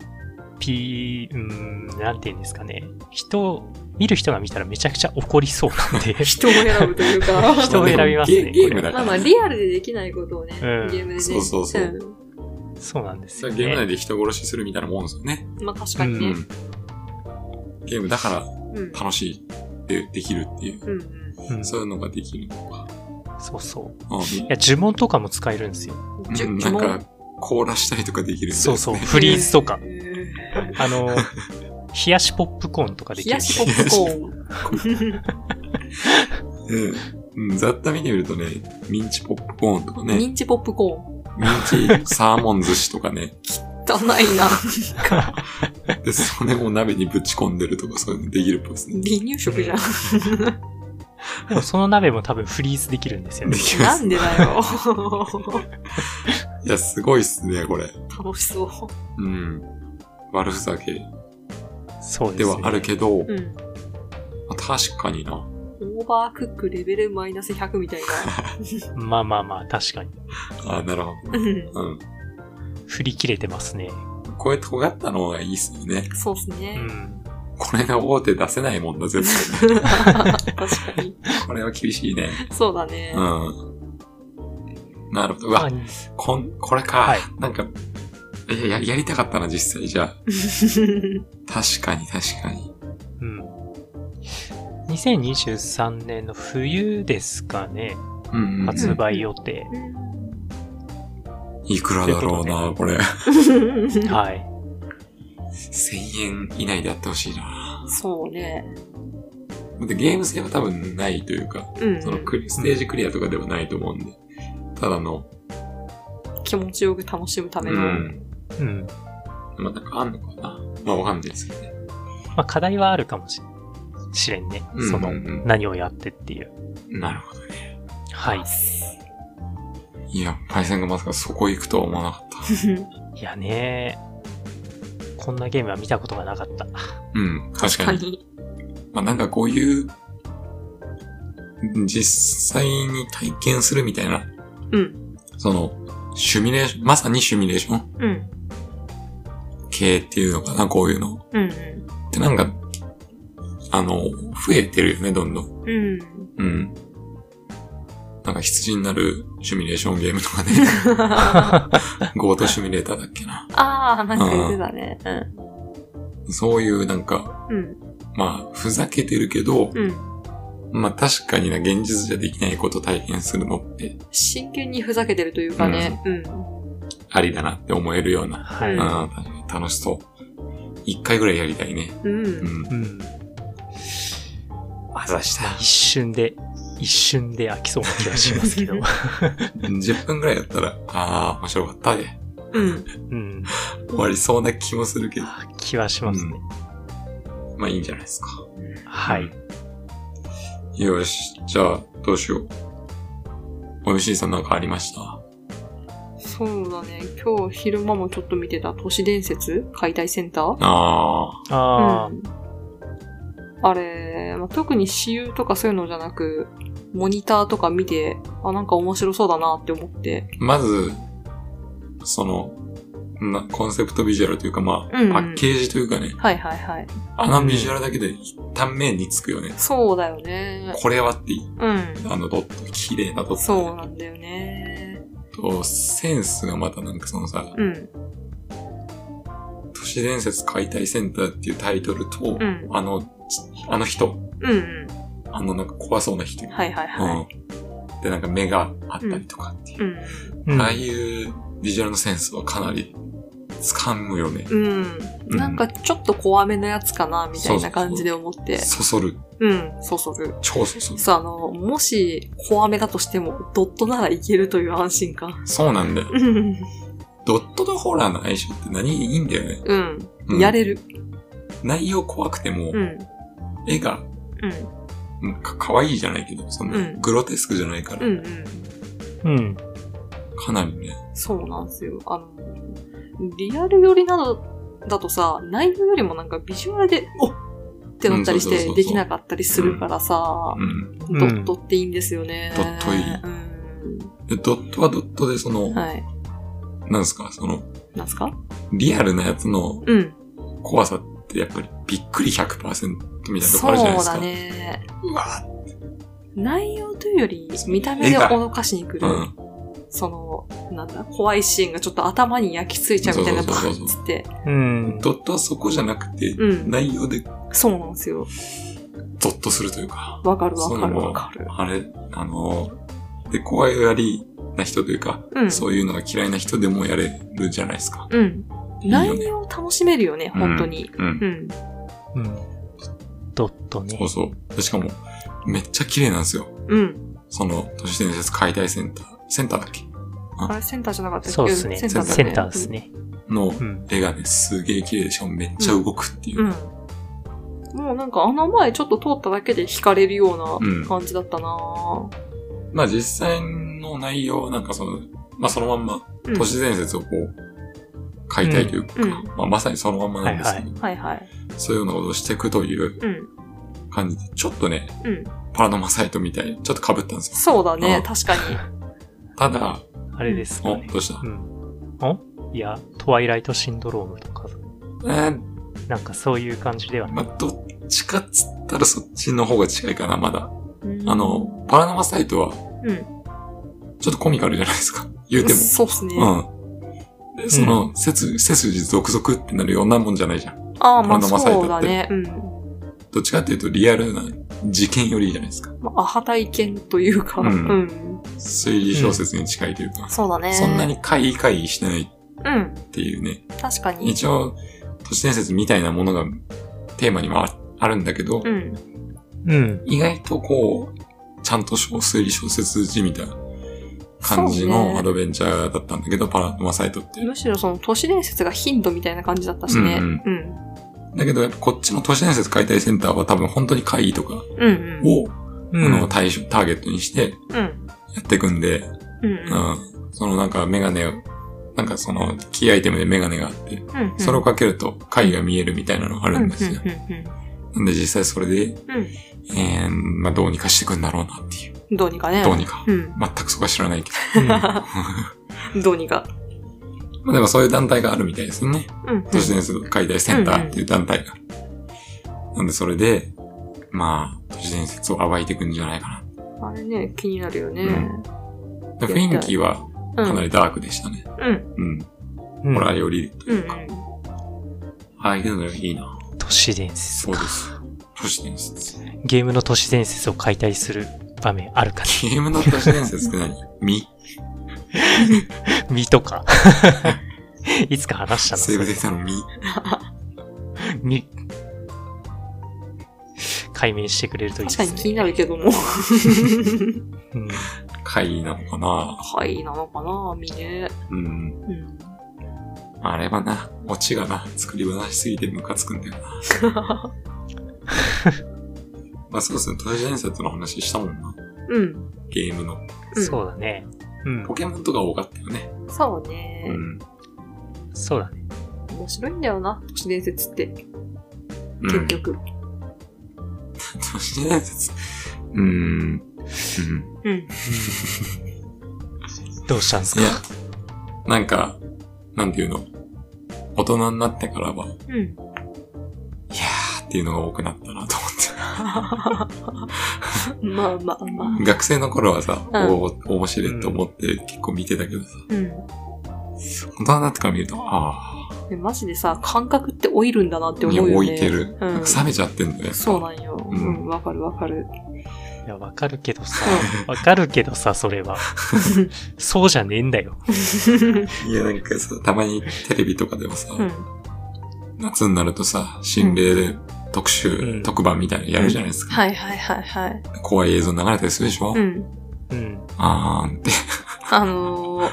否、うん、なんて言うんですかね。人、見る人が見たらめちゃくちゃ怒りそうなんで。
*laughs*
人を選ぶというか。
人を選びますね
ゲゲームだか
ま
ら。
あまあ、リアルでできないことをね、
うん
ゲームでね。
そうそうそうん
そうなんです
それ
よ
はゲーム内
ね。
で人殺しするみたいなもんですよね。
まあ確かに
う
ね。
ん。ゲームだから
うん。うん
楽しいでできるっていう。
うん
うん
そう
そ
いうのができるのか。
うそう。
うん
いや、呪文とかも使えるんですよ。
じゅ
うんなんか、凍らしたりとかできるみたい
そう
です
そ
*laughs*
う、
ね。
フリーズとか
え。ー
あの、冷やしポップコーンとかで
冷
きる
や。しポップコーン。
うんうん。ざっと見てみるとね、ミンチポップコーンとか *laughs* ね、
ミ
ミン
ンチポップコーン。
チサーモン寿司とかね、
だない
*laughs*
な。
で、それを鍋にぶち込んでるとか、そういうのできるっぽいですね。
離乳食じゃん。
でもその鍋も多分フリーズできるんですよ
で *laughs*
ね。
きま
な
す。
んでだよ。
いや、すごいっすね、これ。
楽しそう。
うん。悪ふざけ
そうで
です
ね。
はあるけど、
うん。
まあ確かにな。
オーバークックレベルマイナス100みたいな。
まあまあまあ、確かに。
あなるほ
うん。
ど。うん。
振り切れてますね。
こういう尖ったのがいいっすよね。
そうです
う
ね。
ん。
これが大手出せないもんだ、絶
確かに。
対。これは厳しいね。
そうだね。
うん。なるほど。う
まあ
わ、こん、これか。
はい
なんか、えや、やりたかったな、実際じゃあ。確かに、確かに。
うん。2023年の冬ですかね、
うんうん、う
発売予定。
ん。いくらだろうな、これ。
*laughs* はい。
1000円以内でやってほしいな。
そうね。
でゲーム性は多分ないというか、
うん
そ。のクリステージクリアとかではないと思うんで。ただの、
気持ちよく楽しむた
う
めの。
ん。
うん。
まあ、なんかあんのかなまあ、わかんないですけどね。
まあ、課題はあるかもししれんね
うん。
その
うんうん、
何をやってっていう。
なるほどね。
はい。
いや、パイセンがまさかそこ行くとは思わなかった。
いやねこんなゲームは見たことがなかった。
うん、確
確
か
か
に。
に。
まあ、なんかこういう、実際に体験するみたいな、
うん。
その、シュミュレーション、まさにシュミュレーション
うん。
系っていうのかな、こういうの。
うん。
ってなんか、あの、増えてるよね、どんどん。
うん。
うん。なんか羊になるシミュレーションゲームと
*laughs*
かね。
あ
ゴートシミュレーターだっけな。
あ、なんか言ってたね。うん。
そういうなんか、
うん。
まあ、ふざけてるけど、
うん。
まあ確かにな、現実じゃできないこと体験するのって
真剣にふざけてるというかね。うん。
ありだなって思えるような。
はい。
うん、
う
確かに楽しそう。一回ぐらいやりたいね。
うん。
うん。
うん。
あざした
一瞬で、一瞬で飽きそうな気がしま
*laughs*
すけど。
10分ぐらいやったら、ああ、面白かったで。
うん。
うん。
終わりそうな気もするけど。
あ気はしますね。
まあいいんじゃないですか。
はい。
よし、じゃあ、どうしよう。おいしいさんなんかありました
そうだね。今日昼間もちょっと見てた都市伝説解体センター
あ
あ
うんあれ、まあ、特に私有とかそういうのじゃなく、モニターとか見て、あ、なんか面白そうだなって思って。
ー、まず、その、なコンセプトビジュアルというか、まあ、
うんうん
パッケージというかね、
はいはいはい。
あのビジュアルだけで一旦目につくよね。
そうだよね。
これはっていい、
うん。
あのドット、綺麗なドット。
そうなんだよね。
と、センスがまたなんかそのさ、
うん。
都市伝説解体センターっていうタイトルと、
うん。
あの、ちあの人、
うんうん。
あのなんか怖そうな人。
はいはいは
うん。で、なんか目があったりとかっていう
い。うん。
うん
ああいうビジュアルのセンスはかなり掴むよね。
うん。なんかちょっと怖めなやつかな、みたいな感じで思って。
そそる。
うん。そうそう。
超そそる。
そう、あの、もし怖めだとしても、ドットならいけるという安心感。
そうなんだよ。
うん。
ドットとホラーの相性って何いいんだよね。
うん。
うん
やれる。
内容怖くても
う、ん。
絵が
うん。
うんか可愛いじゃないけど、そん
う
なんグロテスクじゃないから
う、んうん。
うん。
かなりね。
そうなんですよ。あの、リアル寄りなどだとさ、内容よりもなんかビジュアルで、おっってなったり
う
し
んそうそうそうそ
て
う
できなかったりするからさ、
うん。
ん
ドットっていいんですよね。
ドットいいで、ドットはドットで、その
うん。、はい。
なんですか、その、
なんすか
リアルなやつの
うん。
怖さってやっぱりびっくり100%みたいなとこ
そ
あ
う
るじゃないですか。
だね。
うわ
内容というより、見た目で脅かしに来る。
うん。
その、なんだ、怖いシーンがちょっと頭に焼き付いちゃうみたいな、
そ
バ
うそうそう
ー
そう
ンっつって。
うん。
ドットはそこじゃなくて、
うん。
内容で
そうなんですよ。
ゾッとするというか。
わかる
そ
わ
う
か
な
る
の
わかる。
あれ、あの、で、怖いやりな人というか、
うん。
そういうのが嫌いな人でもやれるじゃないですか。
うん。
いいよ
内
ね。
容を楽しめるよね、本当に。
うん。
うん。
うん。ドットね
そう。そう。でしかも、めっちゃ綺麗なんですよ。
うん。
その、都市伝説解体センター、センターだっけ
あれ、センターじゃなかったっけ
そうですね。セ
セ
ン
ンタ
ター
ー
だね
だね
です。ね。
の
うん。
絵がね、すげえ綺麗で、しかもめっちゃ動くっていうう。
ん。もうなんかあの前ちょっと通っただけで惹かれるよ
う
う
ん
な感じだったなぁ
まあ実際の内容はなんかその、まあそのまんま、
うん。
都市伝説をこう、解体というか、
うん
まあまさにそのまんまなんですけど、
はいはい。
そういうようなことをしていくという
うん。
感じで、ちょっとね、
うん。
パラノマサイトみたいに、ちょっと被ったんですよ。
そうだ
う
ね
ん。
確かに。
ただ、
あれですか
お、
ね。
どうした
うん。おいや、トワイライトシンドロームとか、
えー、
なんかそういう感じでは
まあ、どっちかっつったらそっちの方が近いかな、まだ。 *laughs*
うん
あの、パラナマサイトは、
うん。
ちょっとコミカルじゃないですか。言うても。
そうっすね。
うん。で、その、背筋、背筋続々ってなるようなもんじゃないじゃん。
ああ、まあ
このままサイ
そう
ト
だ
って
ね。うん。
どっちかっていうとリアルな事件よりいいじゃないですか。
まあ、アハ体験というか、う。
うんん推理小説に近いというか、
そうだね。
そんなに怪異怪異してない
うん。
っていうね。
確かに。
一応、都市伝説みたいなものがテーマにもああるんだけど、
うん。
うん。
意外とこう、ちゃんと小推理小説じみたいな感じ
そうね
のアドベンチャーだったんだけど、パラノマサイトって。
むしろその都市伝説がヒントみたいな感じだったしね。う
うんん。だけど、やっぱこっちの都市伝説解体センターは多分本当に怪異とか
うん。うん。
を、
う
あ
ん
の、対象、ターゲットにして
うん。
やっていくんで、
うん。
うん。そのなんかメガネを、なんかそのキーアイテムでメガネがあって、
うん。
それをかけると貝が見えるみたいなのがあ
う
る
んうんん
ですよ。
う
なんで実際それで、
んうん。
えー、まあどうにかしていくんだろうなっていう。
うん。どうにかね。
どうにか。
うん。
全くそこは知らないけ
うん
どうにか。
ど。 *laughs* まあでもそういう団体があるみたいですね。
うんうん。
都市伝説解体センターっていう団体が。なんでそれで、まあ、都市伝説を暴いていくんじゃないか
あれね、気になるよね。
な。で雰囲気は
うん。
かなりダークでしたね。
うん。
うん。
うん
ホラーより。
うん。
はい、けどいいな。
都市伝説
そうです。都市伝説。
ゲームの都市伝説を解体する場面あるかね *laughs*
ゲームの都市伝説って *laughs* 何み
身とかいつか話したな
セーブできたのみ
み解明してくれるといいで
確か
すね。
に気になるけど *laughs* も。
うん
怪異なのかな
はい、なのかな、みね。
うん。
うん。
あれはな、オチがな、作り話しすぎてムカつくんだよな。 *laughs* まあそうですね、都市伝説の話したもんな。
うん。
ゲームの。
うん
そうだね。うん
ポ。ケモンとか多かったよね。
そうね。
うん。
そうだね。
面白いんだよな、都市伝説って。
う
結
ん、
局。
都市伝説。うん。うん。
うん。
*laughs* どうしたんです
い
か
や、なんか、なんていうの。大人になってからは、
うん。
いやーっていうのが多くなったなと思って。
まあまあまあ。
学生の頃はさ、
うん
おお面白いと思って結構見てたけどさ、
うん。
大人になってから見ると、ああ、
でマジでさ、感覚って老いるんだなって思
に
うよ
置
ね。
いてる。
うん
なんか冷めちゃってんだよ。
そうなんよ。う
うん
ん、わ、かるわかる。
いや、わかるけどさ、わかるけどさ、それは。
*laughs*
そうじゃねえんだよ。
いや、なんかさ、たまにテレビとかでもさ、
うん。
夏になるとさ、心霊で特集、
うん
特番みたいなのやるじゃないですか。
はいはいはいはい。
怖い映像流れたりするでしょ、
うん。
うん。
あーんって。
あのー、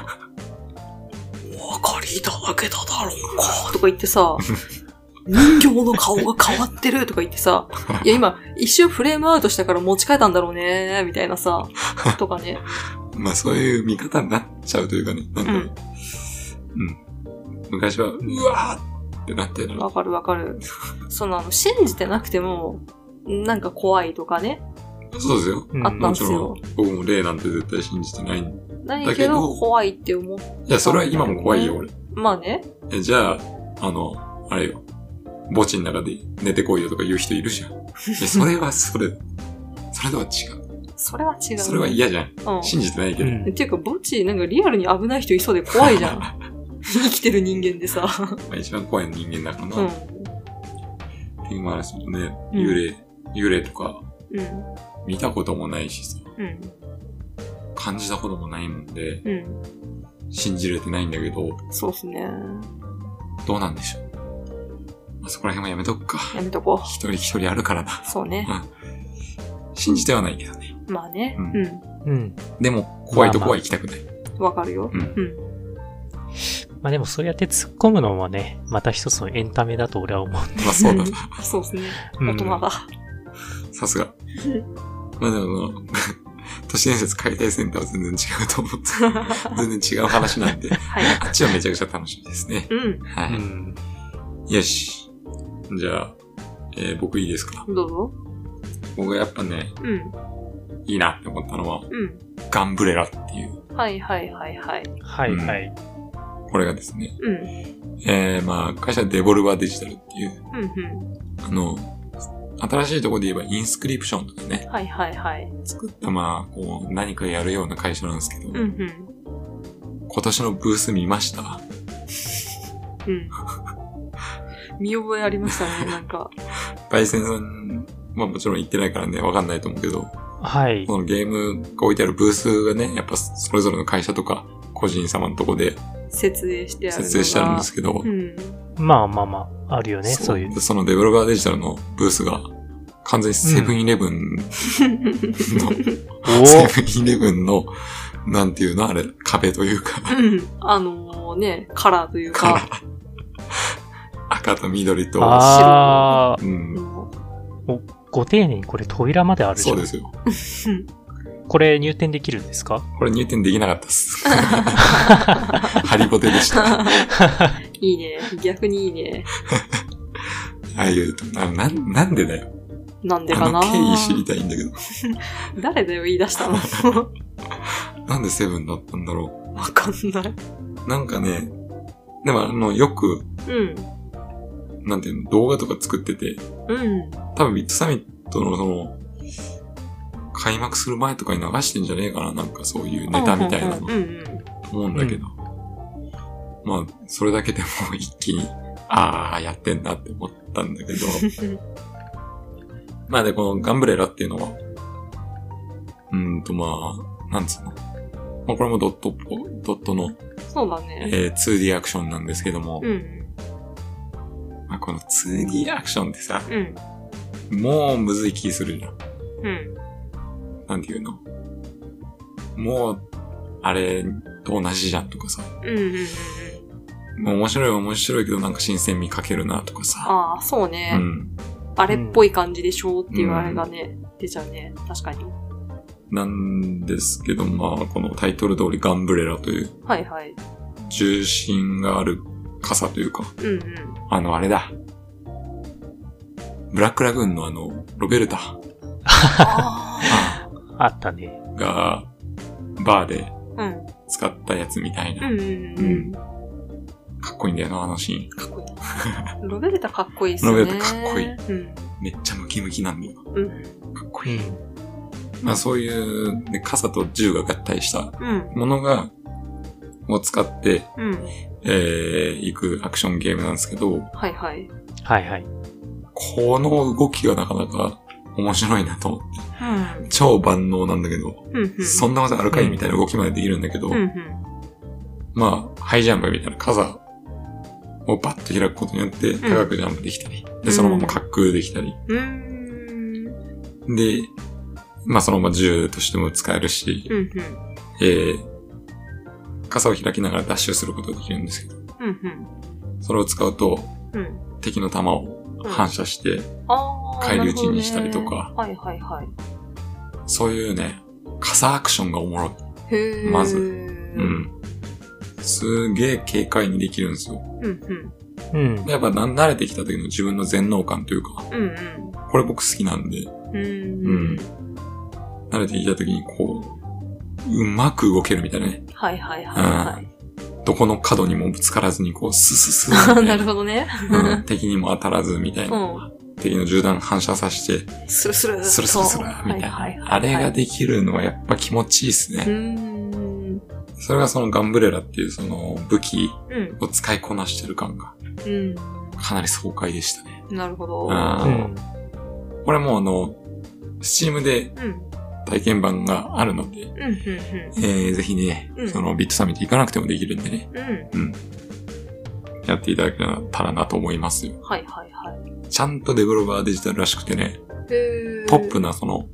お分かりいただけただろうかとか言ってさ、人形の顔が変わってるとか言って *laughs* さ、いや今、一瞬フレームアウトしたから持ち替えたんだろうねみたいな *laughs* さ、とかね。
まあそういう見方になっちゃうというかね、なん
う
か、
ん。
昔は、うわーってなってる。
わかるわかる。そのあの、信じてなくても、なんか怖いとかね。
そうですよ。
うん
あった
もちろん、僕も霊なんて絶対信じてない。い
何
だ
け
け
ど、
ど
怖いって思う。
や、それは今も怖いよ、俺。
まあね。
え、じゃあ、あの、あれよ。墓地の中で寝てこいよとか言う人いるじゃん。え、それ
*laughs*
はそれ、それとは違う。
それは違う。
それは嫌じゃん。
うん。
信じてないけ
う
ど。
ん
っていうか、墓地、なんかリアルに危ない人いそうで怖
*laughs*
いじゃ *laughs* ん。生きてる人間でさ。
まあ一番怖い人間だから
うん
な。。っていう話もね、
うん
幽霊、幽霊とか
うん。
見たこともないしさ、
うん。
感じたこともないもんで、
うん。
信じれてないんだけど、
そうっすね。
どうなんでしょう。まあ、そこら辺はやめとくか。
やめとこ
一人一人あるからな。
う。そうね。
信じてはないけどね。
まあね。
う
う
うん。
でも、怖いとこは行きたくない。
ん。わかるよ。
うん
うん。
まあでもそうやって突っ込むのもね、また一つのエンタメだと俺は思う。
まあ、そうだな。
そうっすね。
うん
大人だ。
さすが。まあでも、 *laughs* まあ都市伝説解体センターは全然違うと思
*laughs*
って、全然違う話なんで、
はい。
あっちはめちゃくちゃ楽しみですね。
う
は
う
い。
ん。
よし。じゃあ、えー僕いいですか
ん。どうぞ。
僕がやっぱね、
うん。
いいなって思ったのは、
う
ガンブレラっていう、
ん。はいはいはいはい。
はいはい。
これがですね、
うん。
えー、まあ、会社はデボルバーデジタルっていう、
うん
あの、新しいところで言えばインスクリプションとかね
う、ん。はいはいはい。
作ったまあ、こう、何かやるような会社なんですけど、
うんうん。
今年のブース見ました
うん。見覚えありました
*laughs*
ね、なんか。
焙煎さん、まあもちろん行ってないからね、わかんないと思うけど、
はい。
そのゲームが置いてあるブースがね、やっぱそれぞれの会社とか個人様のとこで
設営してあるのが。
設営してあるんですけど、
うん。
まあまあまあ、あるよね、そういう。
そのデベロバーデジタルのブースが、完全にセブンイレブン *laughs* の、
*laughs*
セブンイレブンの、なんていうのあれ、壁というか、
うんあのね、カラーという
カラー。
か、
赤と緑と、
ああ、
うん、
ご丁寧にこれ扉まであるじ
そ
ゃ
うんで。すよ。
これ入店できるんですか
これ入店できなかったっ
*laughs*
す。ハリボテでした。あ
*laughs* いいね。逆にいいね。
あいうと、あなんなんでだよ。
なんで
あ
か
の
な
経緯知りたいんだけど、
誰だよ、言い出した
*laughs*
の。
なんでセブンだったんだろ
わかんない。
う。なんかね、でもあの、よく、
うん。
なんていうの、動画とか作ってて、
うん。
多分ビットサミットのその、開幕する前とかに流してんじゃねえかな、なんかそういうネタみたいな
うん
の
うんうん。
思うんだけど。まあ、それだけでも一気に、ああ、やってんなって思ったんだ *laughs* けど。まあで、このガンブレラっていうのは、うーんとまあ、なんつうの。まあこれもドットっぽ、ドットの、
そうだね。
えー 2D アクションなんですけども、
うん。
まあこの 2D アクションってさ、
うん。
もうむずい気するじゃん。
うん。
なんていうのもう、あれと同じじゃんとかさ。
うんうんうん。
もう面白いは面白いけどなんか新鮮味かけるなとかさ。
ああ、そう
う
ね。
ん。
あれっぽい感じでしょうっていうあれがね、出ちゃうね。確かに。
なんですけど、まあ、このタイトル通りガンブレラという
はいはい。
重心がある傘というか、
うんうん。
あの、あれだ。ブラックラグーンのあの、ロベルタ
あ
あったね。
が、バーで
あ。うん。
使ったやつみたいな。
うんうんうん。か
かっこいいんだよな、あのシーン。
っこいい。ロベルタかっこいいっすね。
ロベルタかっこいい
うん。
めっちゃムキムキなんだよな。
うん
かっこ
う
いい。
ん。
まあそういう、ね、傘と銃が合体した
うん。
ものが、を使って、
うん。
えー、行くアクションゲームなんですけど、
はいはい。
はいはい。
この動きがなかなか面白いなと思って。
う
超万能なんだけど、
ん。うん。
そんなことあるかいみたいな動きまでできるんだけど、
うんうん。
まあ、ハイジャンプみたいな傘をバッと開くことによって、高くジャンプできたり、で、そのまま滑空できたり、
うーん。
で、まあそのまま銃としても使えるし、
うんうん。
えー、傘を開きながらダッシュすることができるんですけど、
うん
それを使うと
うん。うん。
敵の弾を反射して、
ああ。
返り討ちにしたりとか
なるほどねはいはいはい。
そういうね、傘アクションがおもろい。
へー
まずう
うん。
ん。すげえ軽快にできるんですよ。
うんうん。
うん。
やっぱな慣れてきた時の自分の全能感というか、
うん
これ僕好きなんで、
うん。うん。
うん慣れてきた時にこう、うまく動けるみたいなね。
はいはいはいはい。
どこの角にもぶつからずにこう、スススみ
*laughs* あ
た
ー
い
なるほどね。
うん敵にも当たらずみたいうな。
ん。
敵の銃弾反射させて、
スルスルっと。
スルスルスルみたい
はいはいはい
な。
はい
あれができるのはやっぱ気持ちいいです
う
ね。
ーん。
それがそのガンブレラっていうその武器
う
を
ん。
使いこなしてる感が
う
かなり爽快でしたね。
ん。なるほど。
う
うん
ん。
これもうあの、スチームで
うん。
体験版があるので、
うん。うん。
えー、ぜひね
うん、
そのビットサミット行かなくてもできるんでね、
うん。うん。
やっていただけたらなと思いますよ。
はいはいはい。
ちゃんとデベロバーデジタルらしくてね、
へー
ポップ。なその、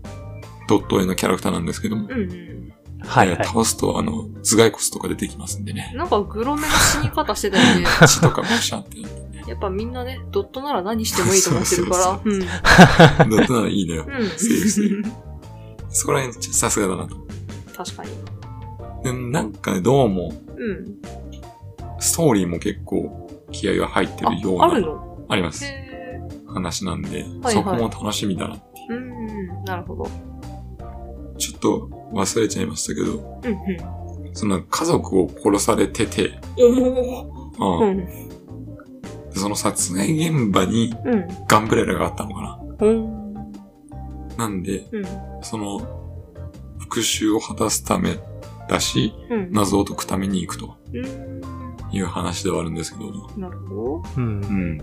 ドット絵のキャラクターなんですけども、
うんうん。
はいはい。
倒すとあの、頭蓋骨とか出てきますんでね、
なんかグロメの死に方して
*laughs*
たよね。
血とかもシャンってなってね
やっぱみんなね、ドットなら何してもいいと思ってるから。うん。
ドットならいいのよ。
うん。
セーフセー
*laughs*
そこら辺、さすがだなと。
確かに。
で、なんかね、どうも、
うん。
ストーリーも結構気合が入ってるよう
あ、ある
な、
の
あります。
へー
話なんで、
はい
そこも楽しみだな。
うん。なるほど。
ちょっと忘れちゃいましたけど、
うん
その家族を殺されてて、
うん。おー
う
うんん。
その殺害現場に
うん。
ガンブレラがあったのかな。
ほん。
なんで、
うん。
その復讐を果たすため、だし、
うん。
謎を解くために行くと
うん
いう話ではあるんですけど、
なるほど。
う。
うんん。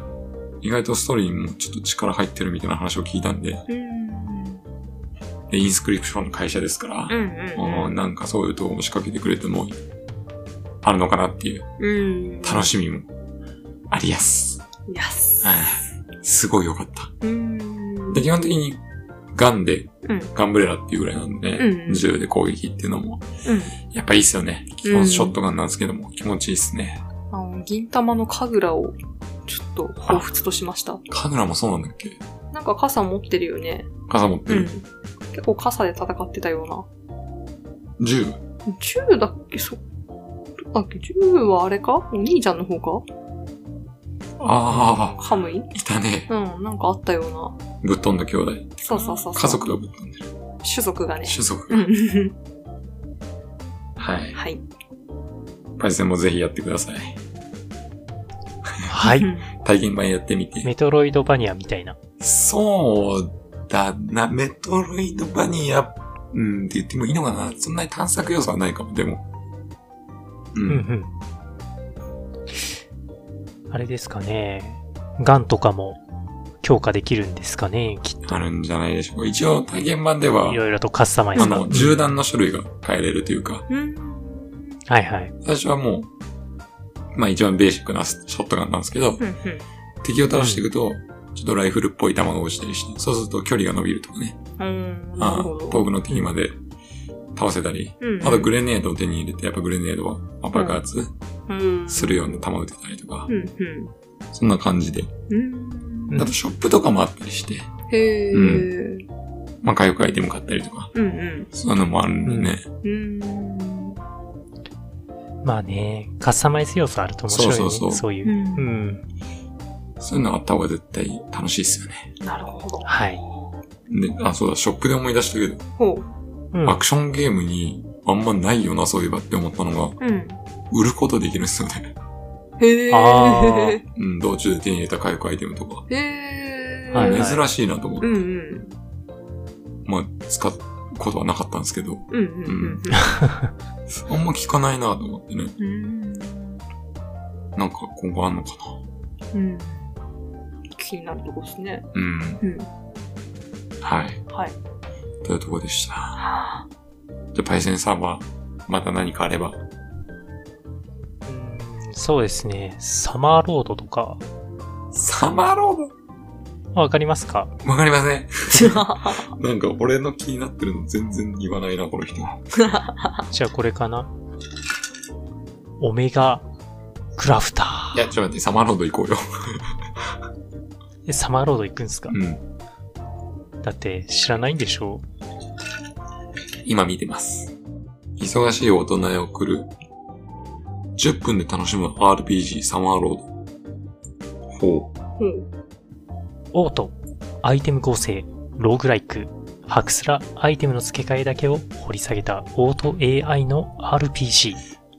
意外とストーリーにもちょっと力入ってるみたいな話を聞いたんで、
うん。
でインスクリプションの会社ですから、
うん
う
うんん
なんかそういうとこも仕掛けてくれてもあるのかなっていう
うん。うん。
楽しみもありやす。
い。やす。
すごい良かった。
うん。
で、基本的にガンで、
うん
ガンブレラっていうぐらいなんで、
うん
銃で攻撃っていうのも、
うん。
やっぱいいっすよね。基
う
本
ん
ショットガンなんですけども、気持ちいいっすね。
あの、銀玉の神楽を、ちょっと、彷彿としました。
カヌラもそうなんだっけ
なんか傘持ってるよね。
傘持って
うん。
る。
結構傘で戦ってたような。
銃
銃だっけそ、どうだっけ銃はあれかお兄ちゃんの方か
ああ、
カムイ
いたね。
うん、なんかあったような。
ぶっ飛んだ兄弟。
そうそうそうそう。
家族がぶっ飛んでる。
種族がね。
種族
う
が。
ん。 *laughs*
はい。
はい。
パイセンもぜひやってください。
は
う
い。
ん。
体験版やってみて。
メトロイドバニアみたいな。
そうだな、メトロイドバニア、うんって言ってもいいのかなそんなに探索要素はないかも、でも。うん。
うんうん。あれですかね。ガンとかも強化できるんですかね。きっと。
あるんじゃないでしょうか。一応体験版では、
いろいろとカスタマイズ
あ
が。
の、銃弾の種類が変えれるというか、
うん。
はいはい。
最初はもう、まあ一番ベーシックなショットガンなんですけど
う、んうん
敵を倒していくと、ちょっとライフルっぽい弾が落ちたりして、そうすると距離が伸びるとかね、
うん。な
あ
る
あ
ほど。
遠くの敵まで倒せたり、
うん
あとグレネードを手に入れて、やっぱグレネードはまあ爆発
うん
するような弾を撃てたりとか
う、んうん。
そんな感じで。
うん。
あとショップとかもあったりして、
へえ。うん
まあ回復アイテム買ったりとか、
うん。
そういうのもあるんでね。
うん。。
まあね、カスタマイズ要素あると面白いね。
そ
そうう
そうそう
いうう。うんん。
そういうのあった方が絶対楽しいっすよね。
なるほど。
はい。
で、あ、そうだ、ショップで思い出したけど、
ほう。
うん
アクションゲームにあんまないよな、そういえばって思ったのが、
うん。
売ることできるんですよね。 *laughs*
へ
あ
え。
うん、道中で手に入れた回復アイテムとか。
へえ。
はいはい
珍しいなと思って、
うんうん。
まあ、使うことはなかったんですけど、
うんうんうん
あんま聞かないなと思ってね。
うん。
なんか今後あんのか
うん。気になるとこですね
な。。うん。
うん。
はい。
はい。
というとこでした。
はあ
じゃあ、パイセンサーバー、また何かあれば。
うんそうですね。サマーロードとか、
サマーロー
わかりますか
ドわかりません。なんか俺の気になってるの全然言わないな、この人。
じゃあこれかなオメガクラフタ
いや、ちょっと待って、サマーロード行こうよ。
ー。えサマーロード行くんですか、
うん。
だって知らないんでしょ
今見てます。忙しい大人へ送る。10分で楽しむ RPG サマーロード。ほう。
ほう。
オート、アイテム合成、ローグライク、ハクスラ、アイテムの付け替えだけを掘り下げたオート AI の RPG。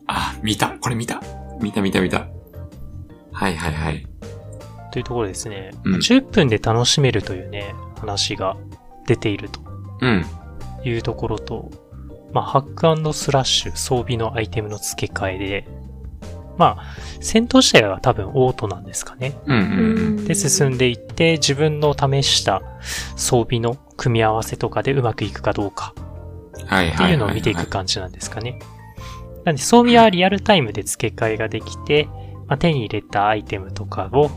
あ、見た。これ見た。見た見た見た。はいはいはい。
というところですね、
うん
10分で楽しめるというね、話が出ていると
うん。
いうところと、まあ、ハックスラッシュ装備のアイテムの付け替えで、まあ、戦闘自体は多分オートなんですかね。
うんうんうん。
で、進んでいって、自分の試した装備の組み合わせとかでうまくいくかどうか
はいはいはい、
っていうのを見ていく。感じなんですかね。なんで、装備はリアルタイムで付け替えができて、まあ、手に入れたアイテムとかを、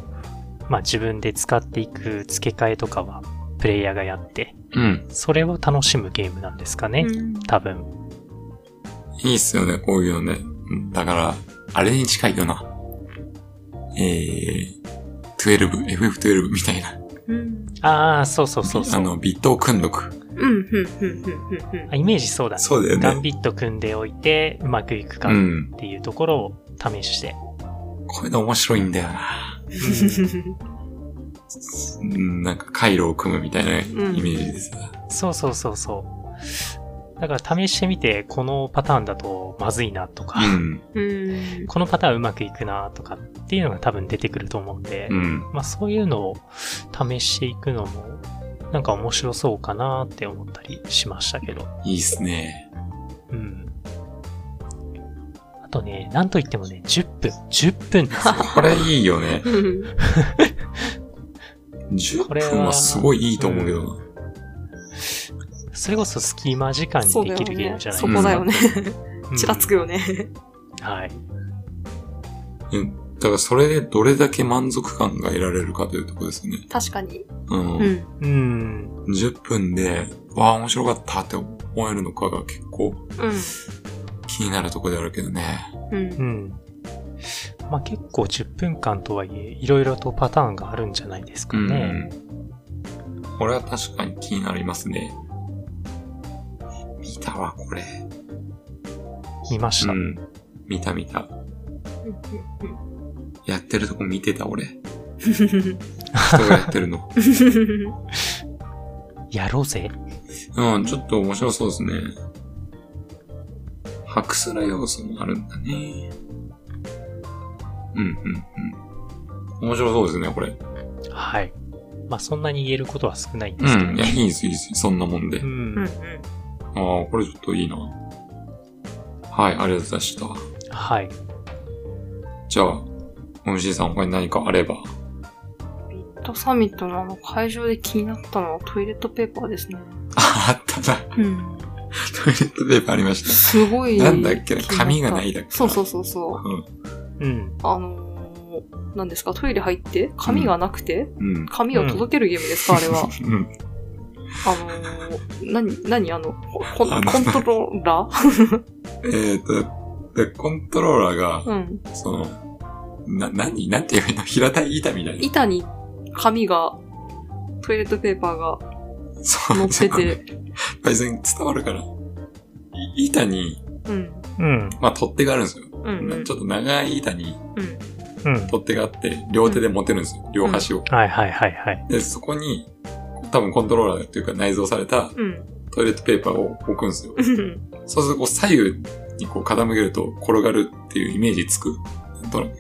まあ、自分で使っていく付け替えとかは、プレイヤーがやって、
うん。
それを楽しむゲームなんですかね。多分。
いいっすよね、こういうのね。うんだから、あれに近いよな。えー、12、FF12 みたいな。
うん。
ああ、そうそうそうそ
あ
う。
の、ビットを組んどく。
うん、うん、うん、うん、うん
あイメージそうだね。
そうだよ
ガン
ね。
ビット組んでおいて、うまくいくか
う
っ
ん。
ていうところを
*laughs*
試して。
こういうの面白いんだよな。
う
うんなんか回路を組むみたいなイメージです。
そうそうそうそう。だから試してみて、このパターンだとまずいなとか、
うん。
ん。
このパターンうまくいくなとかっていうのが多分出てくると思うんで、
うん。
まあそういうのを試していくのも、なんか面白そうかなって思ったりしましたけど。
いいっすね。
うん。とね、なんといってもね、10分。10
*laughs*
分ですよ
これいいよね。
うん
10
これは
分はすごいいいと思うけどな。
それこそ隙間時間
そう
に
だ
で
よ
きるゲー
ね
ム。じゃない
そ
で
こ
す
だ
か。
よね。
うん
ちらつくよね。
はい。
うんだからそれでどれだけ満足感が得られるかというところですよね。
確かに。
うん。
うん。
うん。
10分で、わあ、面白かったって思えるのかが結構気になるところであるけどね。
う。
うんん。まあ結構10分間とはいえ、いろいろとパターンがあるんじゃないですかね。
これは確かに気になりますね。見たわ、これ。
見ました。
ん。見た見た。やってるとこ見てた、俺。人がやってる *laughs* の。
やろうぜ。
うん、ちょっと面白そうですね。白すら要素もあるんだね。うん、うん、うん。面白そうですね、これ。
はい。まあそんなに言えることは少ないんで
う
すけど
ん。いや、
ね。
いいです、いいです。そんなもんで。
うん。
ああ、これちょっといいな。はい、ありがとうございました。
はい。
じゃあ、MC さん他に何かあれば。
ビットサミットのあの会場で気になったのはトイレットペーパーですね。
あ、あったな。
うん。
トイレットペーパーありまし
すごい。
なんだっけな
気にった
紙がないだっけな
そうそうそうそう。
た。うん。
うん。
あのー、何ですかトイレ入って紙がなくて
うん。
紙を届けるゲームですか、あれは。
うん。
あのー、何、何あの、コン
あの
コントローラー
えっ、と、で、コントローラーが、
うん。
その、な、何なんていうの平たい板みたいな。
板に紙が、トイレットペーパーが
*laughs* そ
乗って
これ
て、
配線伝わるから。い板に、
うん、
うん。
まあ、取っ手があるんですよ。
うん、うん
ちょっと長い板に
うん、
うん。
取っ手があって、両手で持てるんですよ。両端を。
はいはいはいはい。
で、そこに、多分コントローラーというか内蔵された
うん、
トイレットペーパーを置くんですよ。
うん、
そうするとこう左右にこう傾けると転がるっていうイメージつく。なんとなく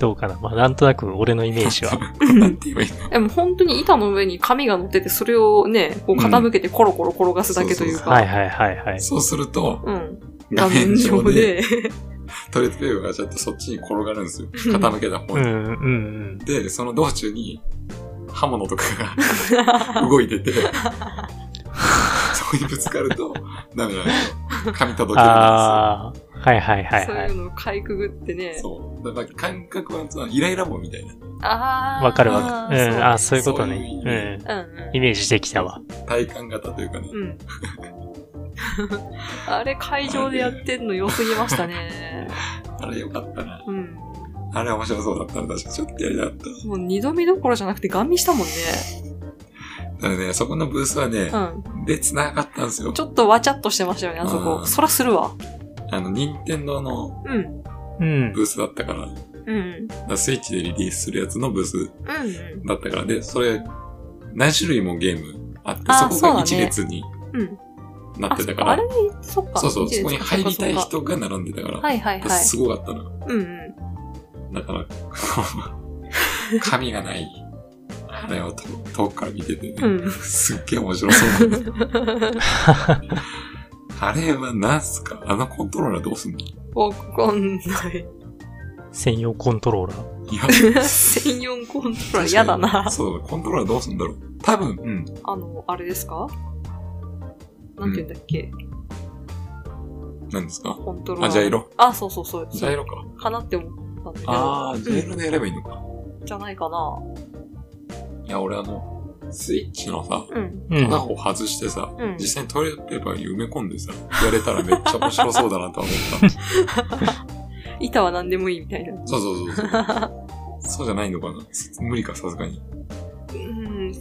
どうかな。まあなんとなく俺のイメ
*laughs*
ージは。
なんて言えばいいの
でも本当に板の上に紙が乗ってて、それをね、こう傾けてコロコロ転がすだけという
う
か。
はいはいはいはい。
そうすると、
うん。
画
画
*laughs* 面
面
上
上
で
で。
*laughs*
トイレットペーパーがちょっとそっちに転がるんですよ。傾けた方
う
に。
んうんうん。
で、その道中に刃物とかが動いてて、そこにぶつかると、なんか、髪届けるん
ああ、はいはいはい
そう
はいい。
うのをかいくぐって
です
ね。
よ。そう。だから感覚はさ、イライラ棒みたいな。
ああ。
わかるわかる。うん、あーそういうこと
そういう意
ね。
うん
うん。イメージできたわ。
体感型というかね。
うん。 *laughs* うん。あれ会場でやってんの良すぎましたね。
あれよかったな。
うん。
あれ面白そうだったんだ。確かにちょっとやりたかった。
もう二度見どころじゃなくてガン見したもんね。
だからね、そこのブースはね、
う
列なかったんですよ
ん。ち。ょっとわちゃっとしてましたよね、あそうこ。
ん
そらするわ。
あの、任天堂の
うん。
うん
ブ。ースだったから、だか
うん。うん
らスイッチでリリースするやつのブース
うん。
だったから、で、それ、何種類もゲームあって、
あー
そこ
そう
が
だね
一列に
うん。
な
あ、
って
そ
た
っ
か
かあ
ら
れ、そっか。
そうそう、
いい
そ
です
こに
か
入りたい。
そっかそっ
人が並んでたか、
からはいはいはい。
すごかったな。
うんうん。
だから、 *laughs* こう紙がない、あれをと遠くから見ててね、
うん
すっげえ面白そう
*laughs*
だった。あれはなんすかあのコントローラーどうすんの
わかんない。
専用コントローラー。
いや、
専用コントローラー嫌だな。
そう、コントローラーどうすんだろう。多分、うん。
あの、あれですかなんて言うんだっけ、
何ですか
コントローラ
あ、
ー。
ジャイ。ロ
あ、そうそうそう。
ジャイロか。
かなって思ったんだけど。
ああ、ジャイロでやればいいのか。
じゃないかな。
いや、俺あの、スイッチのさ、
うん。
うん。
片方外してさ、
うん
実。際にトイレットペーパーに埋め込んでさ、やれたらめっちゃ面白そうだなとは思った。
板は何でもいいみたいな。
そうそうそうそう。
*laughs*
そうじゃないのかな無理か、さすがに。
うん、さ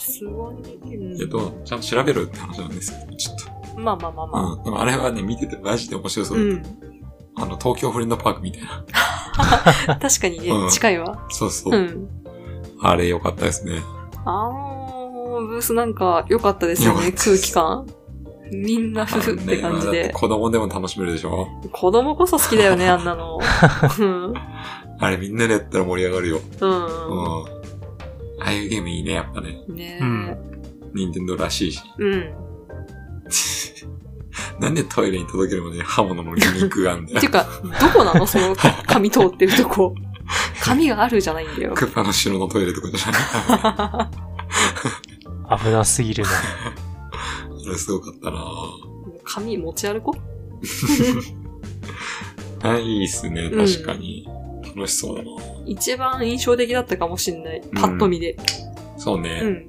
すがに。うん
えっと、ちゃんと調べろよって話なんですけど、ちょっと。
まあまあまあま
うん。でもあれはね、見ててマジで面白
あ。
そううだっ
ん。
た。あの、東京フレンドパークみたいな。
確かにね、
うん
近いわ。
そうそうう。
ん。
あれ良かったですね。
あのー、ブースなんか良かったですよ
良かっ
ね、
たで
空
す
気感。みんなふふ *laughs* って感じ
あのねだって
で。
子供でも楽しめるでしょ
子供こそ好きだよね、あんなの。うん。
あれみんなでやったら盛り上がるよ。うん。
う
ああいうゲームいいね、やっぱね。
ん。ね
うん
え。
任天堂らしいし。
うん。
なんでトイレに届けるまで刃物のリミックがあんだよ
て。いうか、どこなのその紙通ってるとこ。紙があるじゃないんだよ。
クッパの城のトイレとかじゃない。 *laughs*
危なすぎるな。
あれすごかったなぁ
紙持ち歩こう
ないいっすね、
うん
確かに。楽しそうだなぁ
一番印象的だったかもしんない。パッと見で。
そう
う
ね。
ん。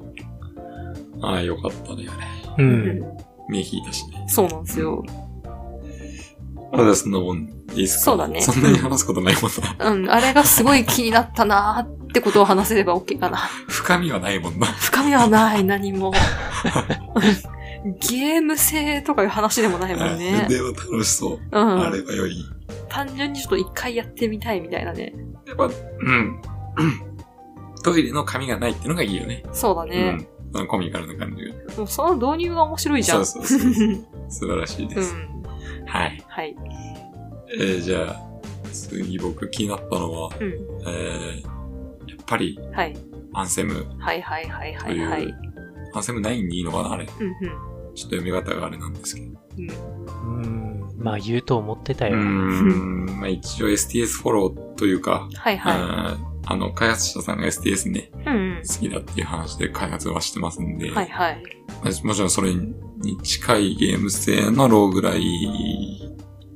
ああ、よかったね、あれ。 *laughs*
う。
うんん。
目引いたしね。
そうなんですよ。
まだそんなもんでいいっすか
そうだね
そんなに話すことない *laughs* もんな。
うん。あれがすごい気になったなーってことを話せれば OK かな。
*laughs* 深みはないもんな。
深みはない、何も。ゲーム性とかいう話でもないもん
*laughs*
ね。
でも楽しそう。
う
あれ
ん。
ばより。
単純にちょっと一回やってみたいみたいなね。
やっぱ、うん。トイレの紙がないってのがいいよね。
そうだね。
うん。そのコミカルな感じが。
もうその導入が面白いじゃん。
そうそうそう
*laughs* う
素晴らしいです。
ん。
はい。
はい。
えー、じゃあ、次僕気になったのは、
うん。
えー、やっぱり、
はい。
アンセム。
はいはいはいはいはい。
といアンセム9にいいのかなあれ。ちょっ
うん
と読み方があれなんですけど。
うん。
うん。まあ言うと思ってた
うー
よ。
ん。まあ一応 STS フォローというか、
はいは
うんあの、開発者さんが STS ね、
い。うんうん。
好きだっていう話で開発はしてますんで、
はいはい。
まあもちろんそれに近いゲーム性のローグライ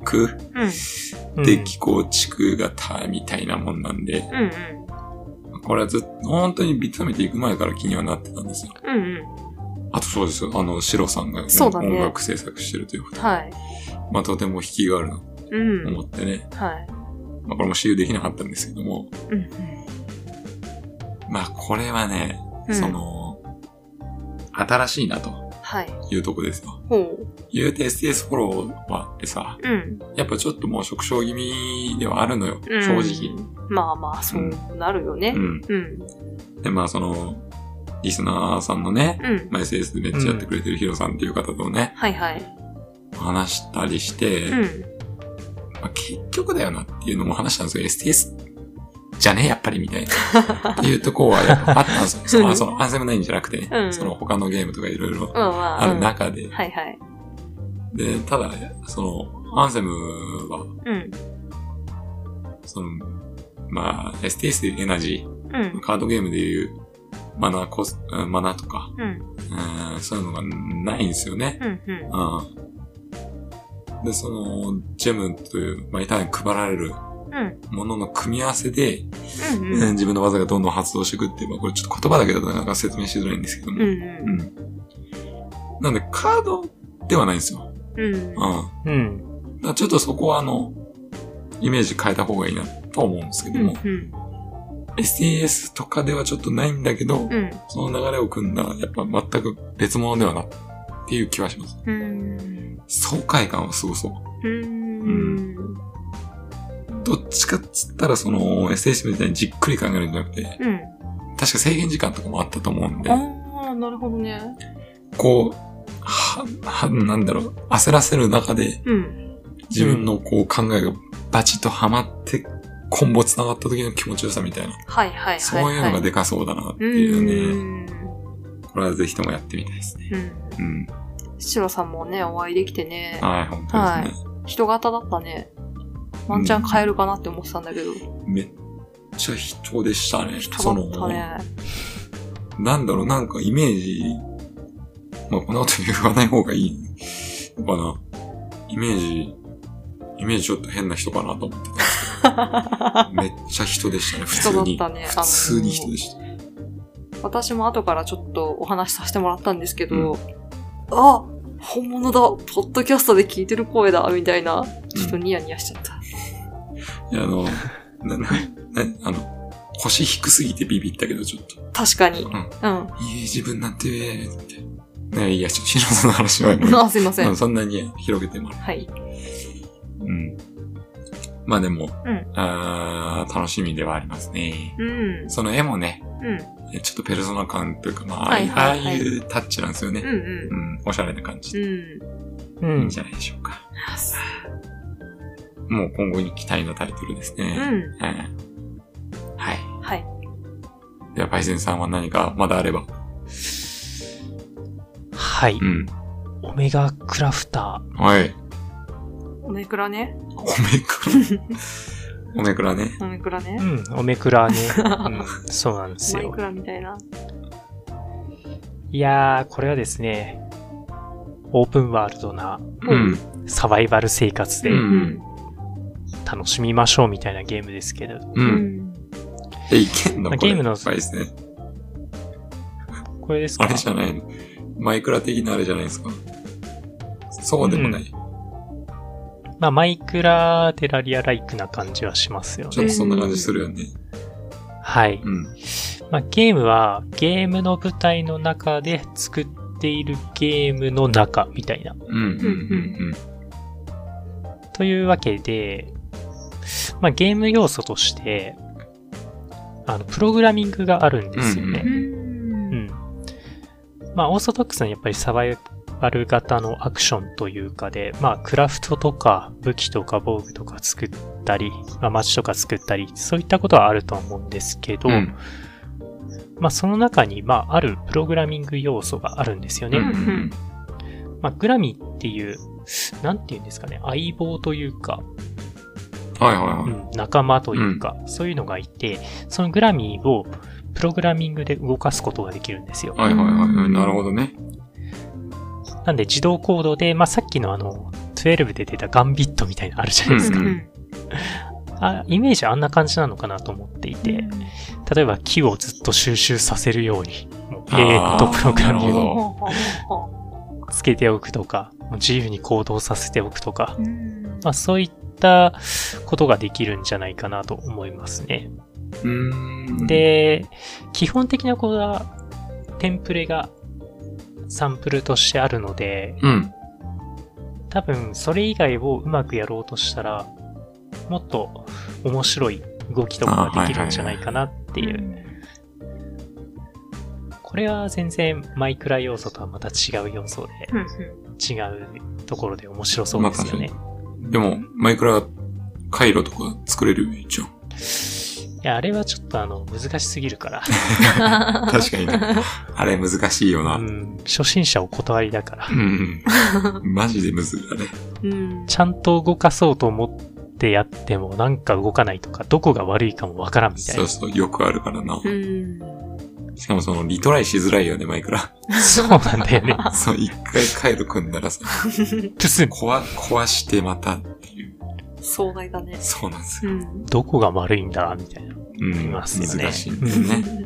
ク
うん。
うん
で気候地区型みたいなもんなんで、
うん
これはずっと本当にビッタめていく前から気にはなってたんですよ。
うん。うん
あとそうですよ、あの、シロさんが、
そうだね
音楽制作してるということ
うん。はい。
まあとても引きがあるなと
うん。
思ってね、
はい。
まあこれも私有できなかったんですけども、
うんうん。
まあこれはね、
うん
そ。の、新しいなと
はい。
いうとこですよ。
ほう。
言うて STS フォローはってさ、
うん。
やっぱちょっともう縮小気味ではあるのよ、
うん
正直。。
まあまあ、そうなるよね
う。ん。
うん。
で、まあその、リスナーさんのね、
うん。
まあ、SS でめっちゃやってくれてるヒロさんっていう方とね、
はいはい。
話したりして、
うん。
まあ、結局だよなっていうのも話したんですよ。STS じゃねえ、やっぱりみたいな。っていうとこはやっぱあったんですよ。そのあそのアンセム9じゃなくてね、
うん
その他のゲームとかいろいろ
まあま
あ
あ。
る中で。
はいはい。
で、ただ、その、アンセムは、
うん。
その、まあ、STS でいうエナジー、
うん。
カードゲームでいうマナーコス、うんマナーとか、
うん。
うん、そういうのがないんですよね。
うん。うん。
うん。で、その、ジェムという、まあ、板に配られる
うん。
ものの組み合わせで、
うん。
う
うんん。
自分の技がどんどん発動していくっていう、まあ、これちょっと言葉だけだとなかなか説明しづらいんですけども。
う
う
ん。
んなんで、カードではないんですよ。
うん。
うん。だか
うん。
らちょっとそこは、あの、イメージ変えた方がいいなとは思うんですけども、
うん。
STS とかではちょっとないんだけど、
うん。
その流れを組んだら、やっぱ全く別物ではなっていう気はします。
うん。
爽快感はすごそう。
うん。
どっちかっつったら、その、STS みたいにじっくり考えるんじゃなくて、
うん。
確か制限時間とかもあったと思うんで、
ああ、なるほどね。
こう、は、は、なんだろう、焦らせる中で、
うん。
自分のこう考えがバチッとハマって、今後繋がった時の気持ちよさみたいな、
はいはいはい。
そういうのがでかそうだなっていうね、これはぜひともやってみたいですね。
うん。
うん。
シロさんもね、お会いできてね、
はい、本当ですね。
人型だったね。ワンチャン買えるかなって思ってたんだけど、
めっちゃ人でしたね。
人だったね。
なんだろう、なんかイメージ、まあ、こんなこと言わない方がいいのかな。イメージ、イメージちょっと変な人かなと思ってたんですけど、めっちゃ人でしたね、普
人
通
だっ
に。
たね。
普通に人でした。
私も後からちょっとお話しさせてもらったんですけど、
う
あ本物だポッドキャストで聞いてる声だみたいな、ちょっとニヤニヤしちゃった。
いや、あの、な、な、な、あの、腰低すぎてビビったけど、ちょっと。
確かに。
う
うんん。
いい自分なんて、って。ねいや、ちょっとヒロさんの話はもう
あ、すいませ。
うんんそんなに広げてもら
はい。
う。うん。まあでも、
うん
あー楽しみではありますね。
うん。
その絵もね、
うん。
ちょっとペルソナ感というか、まあ、
はいはい
ああいうタッチなんですよ
うん
ね。
うん
う。ん、おしゃれな感じ。
うん。
う
いい
ん
んじ。ゃないでしょうか。もう今後に期待のタイトルです
う
ね。
ん。
うん。はい。
はい。
では、パイセンさんは何かまだあれば。
はい。
うん。
オメガクラフタ
はい。
オメクラね。
オメクラ。オメクラね。
オメクラね
ー。。うん、オメクラね。うん、そうなんです
マイ
よ
ク。ラみたいな。
いやー、これはですね、オープンワールドな
うん。
サバイバル生活で
うん
楽しみましょうみたいなゲームですけれど、
う。
うんん。
え、いけんの
まあ
これ
ゲームの
いっぱいですね。
これです
あ
か
れじゃないのマイクラ的なあれじゃないですか。そうでもない。
まあ、マイクラ、テラリアライクな感じはしますよ
ちょっ
ね。
とそんな感じするよね。
はい。
うん。
まあ、ゲームはゲームの舞台の中で作っているゲームの中みたいな。
うんうんうん
というわけで、まあ、ゲーム要素として、あの、プログラミングがあるんですよね。
うん
うん。
まあ、オーソドックスなやっぱりサバイバル型のアクションというかで、まあ、クラフトとか武器とか防具とか作ったり、まあ、街とか作ったり、そういったことはあると思うんですけど、
うん。うん。
まあ、その中に、まあ、あるプログラミング要素があるんですよ
う
ね。
んうん
まあ、グラミっていう、なんて言うんですかね、相棒というか、
はいはいは
うん仲間というか、そういうのがいて、そのグラミーをプログラミングで動かすことができるんですよ
い。。はいはいはいうん。なるほどね。
なんで自動行動で、まあ、さっきのあの、12で出たガンビットみたいなのあるじゃないですか。
うん
あイメージあんな感じなのかなと思っていて、例えば木をずっと収集させるように、もう
あー
永遠とプログラミン
なる
グを
ほど
つけておくとか、もう自由に行動させておくとか、
うん
まあ、そういったことができるんじゃないかなと思いますね。
うーん。、
で、基本的なこれは、テンプレがサンプルとしてあるので、
うん。
多分それ以外をうまくやろうとしたら、もっと面白い動きとかができるんじゃないかなっていう。これは全然マイクラ要素とはまた違う要素で、
うんうん
違うところで面白そうですよね。
でも、マイクラ、回路とか作れるよ、一応。
いや、あれはちょっとあの、難しすぎるから。
確かにね。あれ難しいよな。
う
うん
ん、初心者お断りだから。
うん。マジでむずいあれ。
うん
ちゃんと動かそうと思ってやってもなんか動かないとか、どこが悪いかもわからんみたい
そ
な
う。そう、よくあるからな
う。ん
しかもその、リトライしづらいよね、マイクラ。 *laughs*
そうなんだよね。 *laughs*
そう、一回回路組んだらさ、
プスン。
壊、壊してまたっていう。
*laughs* 壮大だね。
そうなんです
う
よ。
ん。
どこが悪いんだみたいな。
うん。
いますよね
難しいんだよね。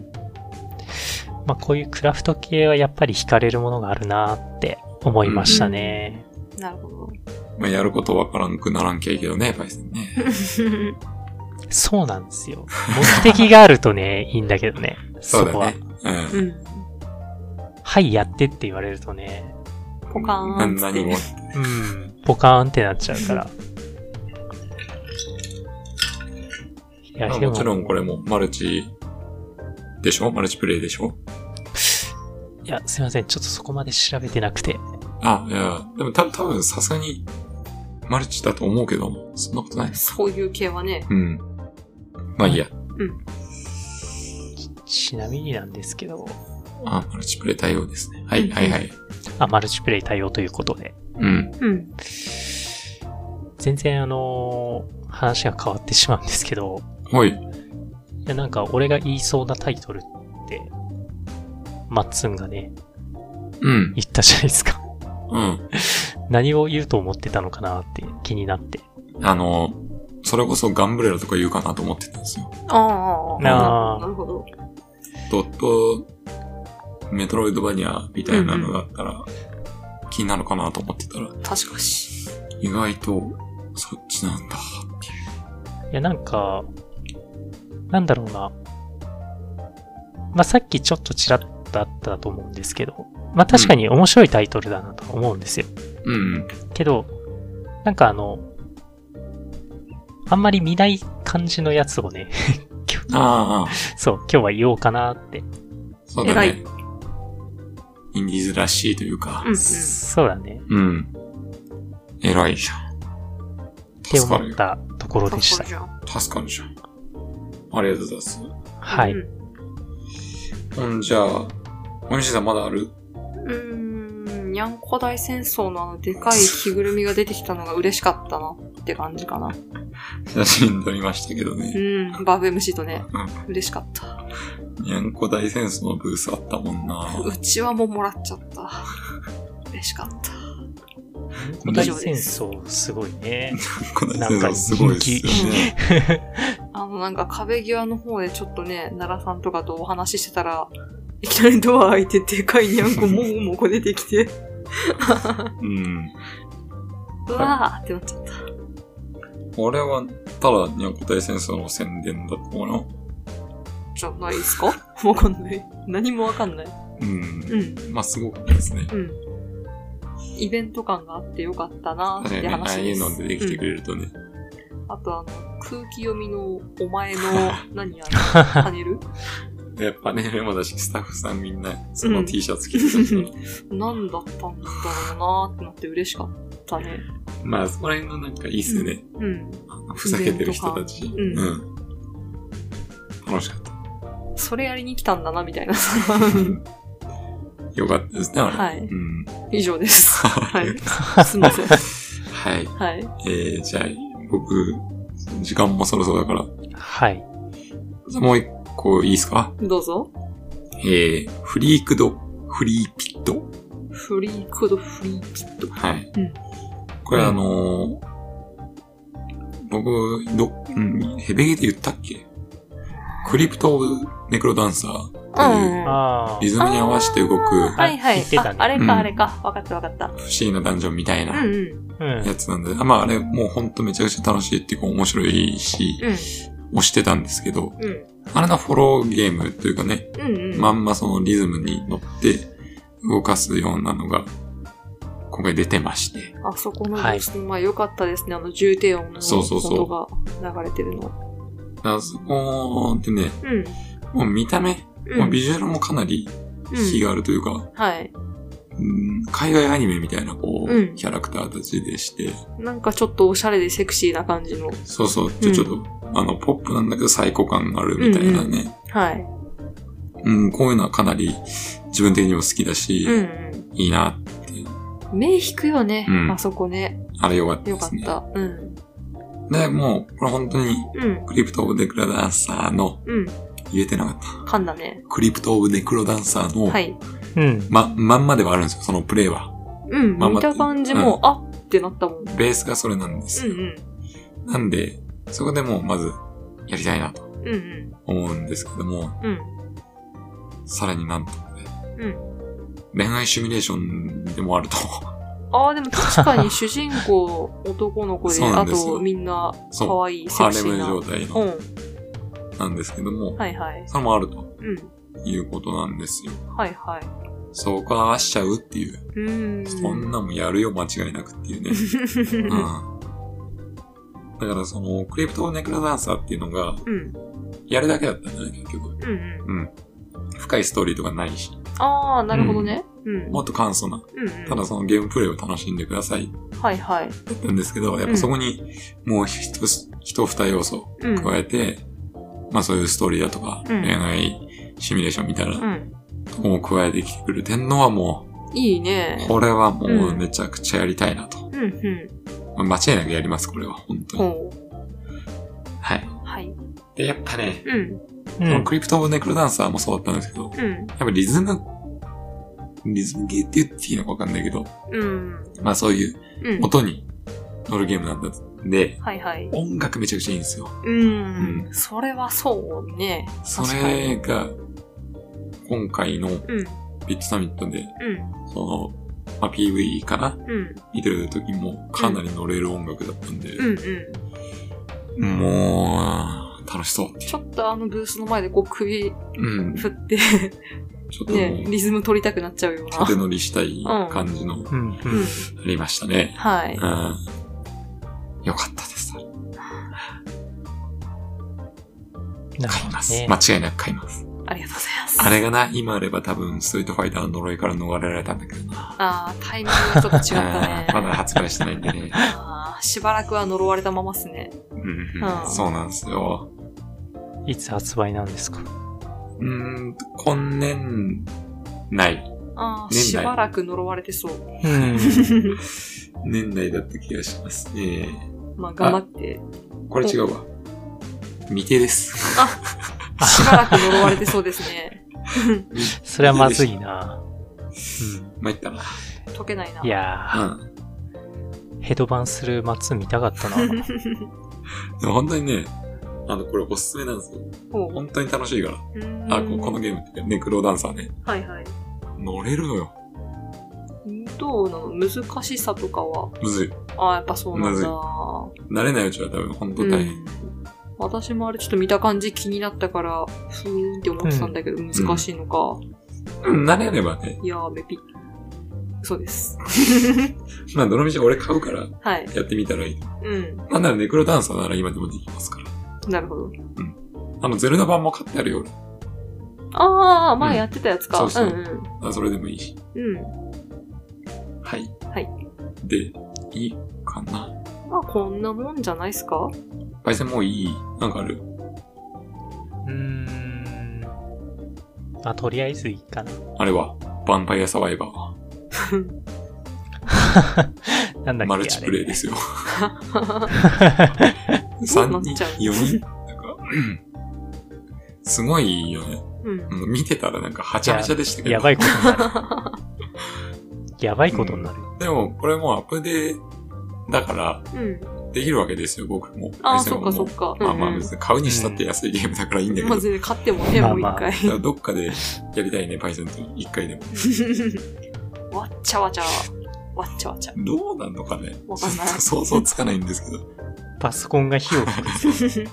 まあこういうクラフト系はやっぱり惹かれるものがあるなって思いましたね。
*laughs* なるほど。
まあ、やることわからんくならんけいけどね、パイセンね。
そうなんですよ。目的があるとね、 *laughs* いいんだけどね。
そ
そう
だ
こは
ね。。うん。
うん。
はい、やってって言われるとね、
ポカーン
な
っつって
何も。
うん、ポカーンってなっちゃうから。いや
まあもちろんこれもマルチでしょマルチプレイでしょ
いや、すいません。ちょっとそこまで調べてなくて。
あ、いや、でもた多分さすがにマルチだと思うけども、そんなことないです。
そういう系はね。
うん。まあいいや。
ちなみになんですけど、
あ、マルチプレイ対応ですね。はい、はい、はい。
あ、マルチプレイ対応ということで。
うん。
うん。
全然あのー話が変わってしまうんですけど、
ほい。
いやなんか俺が言いそうなタイトルって、マッツンがね、
うん。
言ったじゃないですか。 *laughs*
うん。
何を言うと思ってたのかなって気になって。
あの、それこそガンブレラとか言うかなと思ってたんですよ。
あああ。
なあ
なるほど。
ドット、メトロイドバニアみたいなのだったら、気になるかなと思ってたら、
確かし。
意外と、そっちなんだっていう。
いやなんか、なんだろうな。まあ、さっきちょっとちらっとあったと思うんですけど、まあ、確かに面白いタイトルだなとは思うんですよ。
うん。
けど、なんかあの、あんまり見ない感じのやつをね、今日
ああ、
*laughs* そう、今日は言おうかなって。
そうだ
偉
ね
い。
インディーズらしいというか
う。ん
そうだね。
うん。偉いじゃん。
って
助かる
思っ
よ。
たところ
うん。
でした
確か。じゃん。
助かるじゃん。ありがとうございます。
はい。
う
ほんじゃあ、おみしさんまだある
ん。うーん。いにゃんこ大戦争のあのでかい着ぐるみが出てきたのが嬉しかったなって感じかな。
写真撮りましたけど
う
ね。
ん、バーフ MC とね、嬉しかった。
にゃんこ大戦争のブースあったもんな。
うちはもうもらっちゃった。嬉しかった。
古代戦争すごいね。
この戦争すごいですよね。
あの、なんか壁際の方でちょっとね、奈良さんとかとお話ししてたら、いきなりドア開いてでかいにゃんこもうもこ出てきて、
うん。
うわーってなっちゃった。
あれは、ただにゃんこ大戦争の宣伝だったかな。
じゃないですか *laughs* わかんない。何もわかんない。
うん。
うん、
まあ、すごかったですね。
うん。イベント感があってよかったなー
確か
っ
に
て
ね、ああ
話
い
で
う
す。
のでできてくれるとね。
あとあの、空気読みのお前
*laughs*
の、何あの、パネル
やっぱね、もだし、スタッフさんみんな、その T シャツ着て
*laughs*
たから。
何だったんだろうなーってなって嬉しかったね。
まあ、そこら辺のなんかいいっすね。
うん。
ふざけてる人たち。
ベント感
うん。楽しか
*laughs*
った。
それやりに来たんだな、みたいな。 *laughs*
よかったですね、あれ。
はい
うん。
以上です。 *laughs* は
よ
い。すいません。
はい。
はい。
えー、じゃあ、僕、時間もそろそろだから、
はい。
もう一個いいですか
どうぞ。
えー、フリークド、フリーピット。
フリークドフリーキット。
はい。
うん
これあのー僕、ど、うん、ヘベゲで言ったっけクリプトネクロダンサーという
あ
あ
リズムに合わせて動く
はいはい
言って。た
あ
ね
あれ
うん
か、あれか。わかったわかった。
不思議なダンジョンみたいな
うんうん。
あ。うん。
やつなんで、あまああれもうほんとめちゃくちゃ楽しいっていうか面白いし、
うん
押してたんですけど、
うん。
あれのフォローゲームというかね、
うんうん。
まんまそのリズムに乗って動かすようなのが、今回出てまして。
あそこの
はい
ですね、まあ良かったですね。あの重低音の
そうそうそう
音が流れてるの。
あそこでね、
うん。
もう見た目、
う。
もうんビジュアルもかなり引きがあるというか、
はい。
うん海外アニメみたいなこう、
うん
キャラクターたちでして、
なんかちょっとおしゃれでセクシーな感じの。
そうそう、ちょ
うん
ちょっと、あの、ポップなんだけど最高感があるみたいなね、
はい。
うんこういうのはかなり自分的にも好きだし、
うんうん。
いいな、
目引くよね、
うん
あそこね。
あれよかった
よ
で
かっ
すね。
た。うん。
で、もう、これ本当に、
うん。
クリプト・オブ・デクラダンサーの、
うん。
言えてなかった。
噛んだね。
クリプト・オブ・ネクロダンサーの、
はい。
うん。
ま、まんまではあるんですよ、そのプレイは。
うん。
まあまあ
見た感じも、あってなったもん。
ベースがそれなんです
うん
よ。
うん。
なんで、そこでもうまず、やりたいなと
うんうん。
思うんですけども、
うん。
さらになんと、ね、
うん。
恋愛シミュレーションでもあると。
ああ、でも確か
*laughs*
に主人公、男の子で、
そうな
あ
んですよ
とみんな、可
そう。
愛い、セ
ハ
ク
ーレ
シ
ム
ー
状
な。
態
う
の
ん。
なんですけども、
はいはい。
それもあると
うん。
いうことなんですよ。
はいはい。
そこ合わしちゃうっていう、
うーん。
そ
*laughs*
んなもんやるよ、間違いなくっていうね。うん。だからその、クリプト・ネクラダンサーっていうのが、
うん。
やるだけだったんじゃない結局。
うんうん。
うん。深いストーリーとかないし、
ああ、なるほどね。うん。
もっと簡素な、
うんうん
ただそのゲームプレイを楽しんでください
はいはい。
だったんですけど、やっぱそこにもう一つ、一二要素
うん。
加えて、まあそういうストーリーだとか、
うん
恋愛シミュレーションみたいな
うん。
とこも加えてきてくる天皇はも、
いいうね。
これはもううんめちゃくちゃやりたいなと。
うんうん。
まあ間違いなくやります、これは、本当に。
ほう。
はい。
はい。
で、やっぱね、
うん。
う
この
ん。
クリプト・オブ・ネクロダンサーもそうだったんですけど、
うん。
やっぱリズム、リズムゲーって言っていいのかわかんないけど、
うん。
まあそういう
うん。
音に乗るゲームなんだんで、
はいはい。
音楽めちゃくちゃいいんですよ。
うん
う。
それはそうね。
そ
確か
れ
に。
が、今回の
うん。
ビットサミットで、
うん。
その、まあ、PV かな
うん。
見てる時もかなり乗れる音楽だったんで、
うんうん。
もう、楽しそうっていう
ちょっとあのブースの前でこう首
うん。ち
振って、
ょっとも
ね、
う、
リズム取りたくなっちゃうような。
縦乗りしたい感じの、あ
うん。
うん。
りましたね。
はい。
うん。よかったです。
なる
買
ほ
い
ど
ます。
ね。
間違いなく買います。
ありがとうございます。
あれがな、今あれば多分、ストリートファイターの呪いから逃れられたんだけどな。
あータイミングがちょっと違ったね
うん。まだ発売してないんで
*laughs*
ね。
あーしばらくは呪われたままっすね。
うんうん
あー
そうなんですよ。
いつ発売なんですか
うーん、今年内
ああ、
年
し
代
ばらく呪われ
*laughs*
てそう。
うん。
年内だった気がしますね。
まあ、頑張って。
これ違うわ。未定です。
しばらく呪われてそうですね。
それはまずいな。う
参ったな。
解けないな。
ん。いやー、
うん。
ヘドバンする松見たかったな。
でも本当にね、あの、これおすすめなんですよ。
*laughs* ほう。
本当に楽しいから。
うーん
あ、ここのゲームっていうか、ネクロダンサーね。
はいはい。
乗れるのよ。
どうなの難しさとかは。
むずい。
ああ、やっぱそうなんだ。
慣れないうちは多分本当大
う
変。
ん私もあれちょっと見た感じ気になったから、ふーんって思ってたんだけど、難しいのか。
うん、慣れればね。
いやー、べぴ。そうです。
まあ、どのみち俺買うから
はい。
やってみたらいい。
うん。
なんならネクロダンサーなら今でもできますから。
なるほど。
あの、ゼルダ版も買ってあるよ、俺。
ああ、前やってたやつか。
うんそうそうんあそれでもいいし。
うん。うん。
はい。
はい。
で、いいかな。
まあ、こんなもんじゃないっすか
パイセンもういいなんかある
うーん。まあ、とりあえずいいかな。
あれは、ヴァンパイアサバイバーは
なんだっけ
マルチプレイ
*laughs*
ですよ。
そう
3
なっ
人
ちゃう
?4 人なんか、うんすごいよね。
うん。
もう見てたらなんかはちゃめちゃでした
あ
け
れ
ど。
やばいことになる。やばいことになる。
でも、これもうアップデーだから、
うん。
できるわけですよ、僕も。
ああ、
パイセン
そっ
も
かそっか。
まあま
う
あ
んうん
別に買うにしたって安いゲームだからいいんだけど。
まあ、全然買ってもね、もう一
まあまあ
回。
だからどっかでやりたいね、パイセンと一回でも。
*laughs* わっちゃわちゃ。わっちゃわちゃ。
どうなんのかね。
わか
*laughs*
んない
想像つかないんですけど。
パソコンが火を吹く。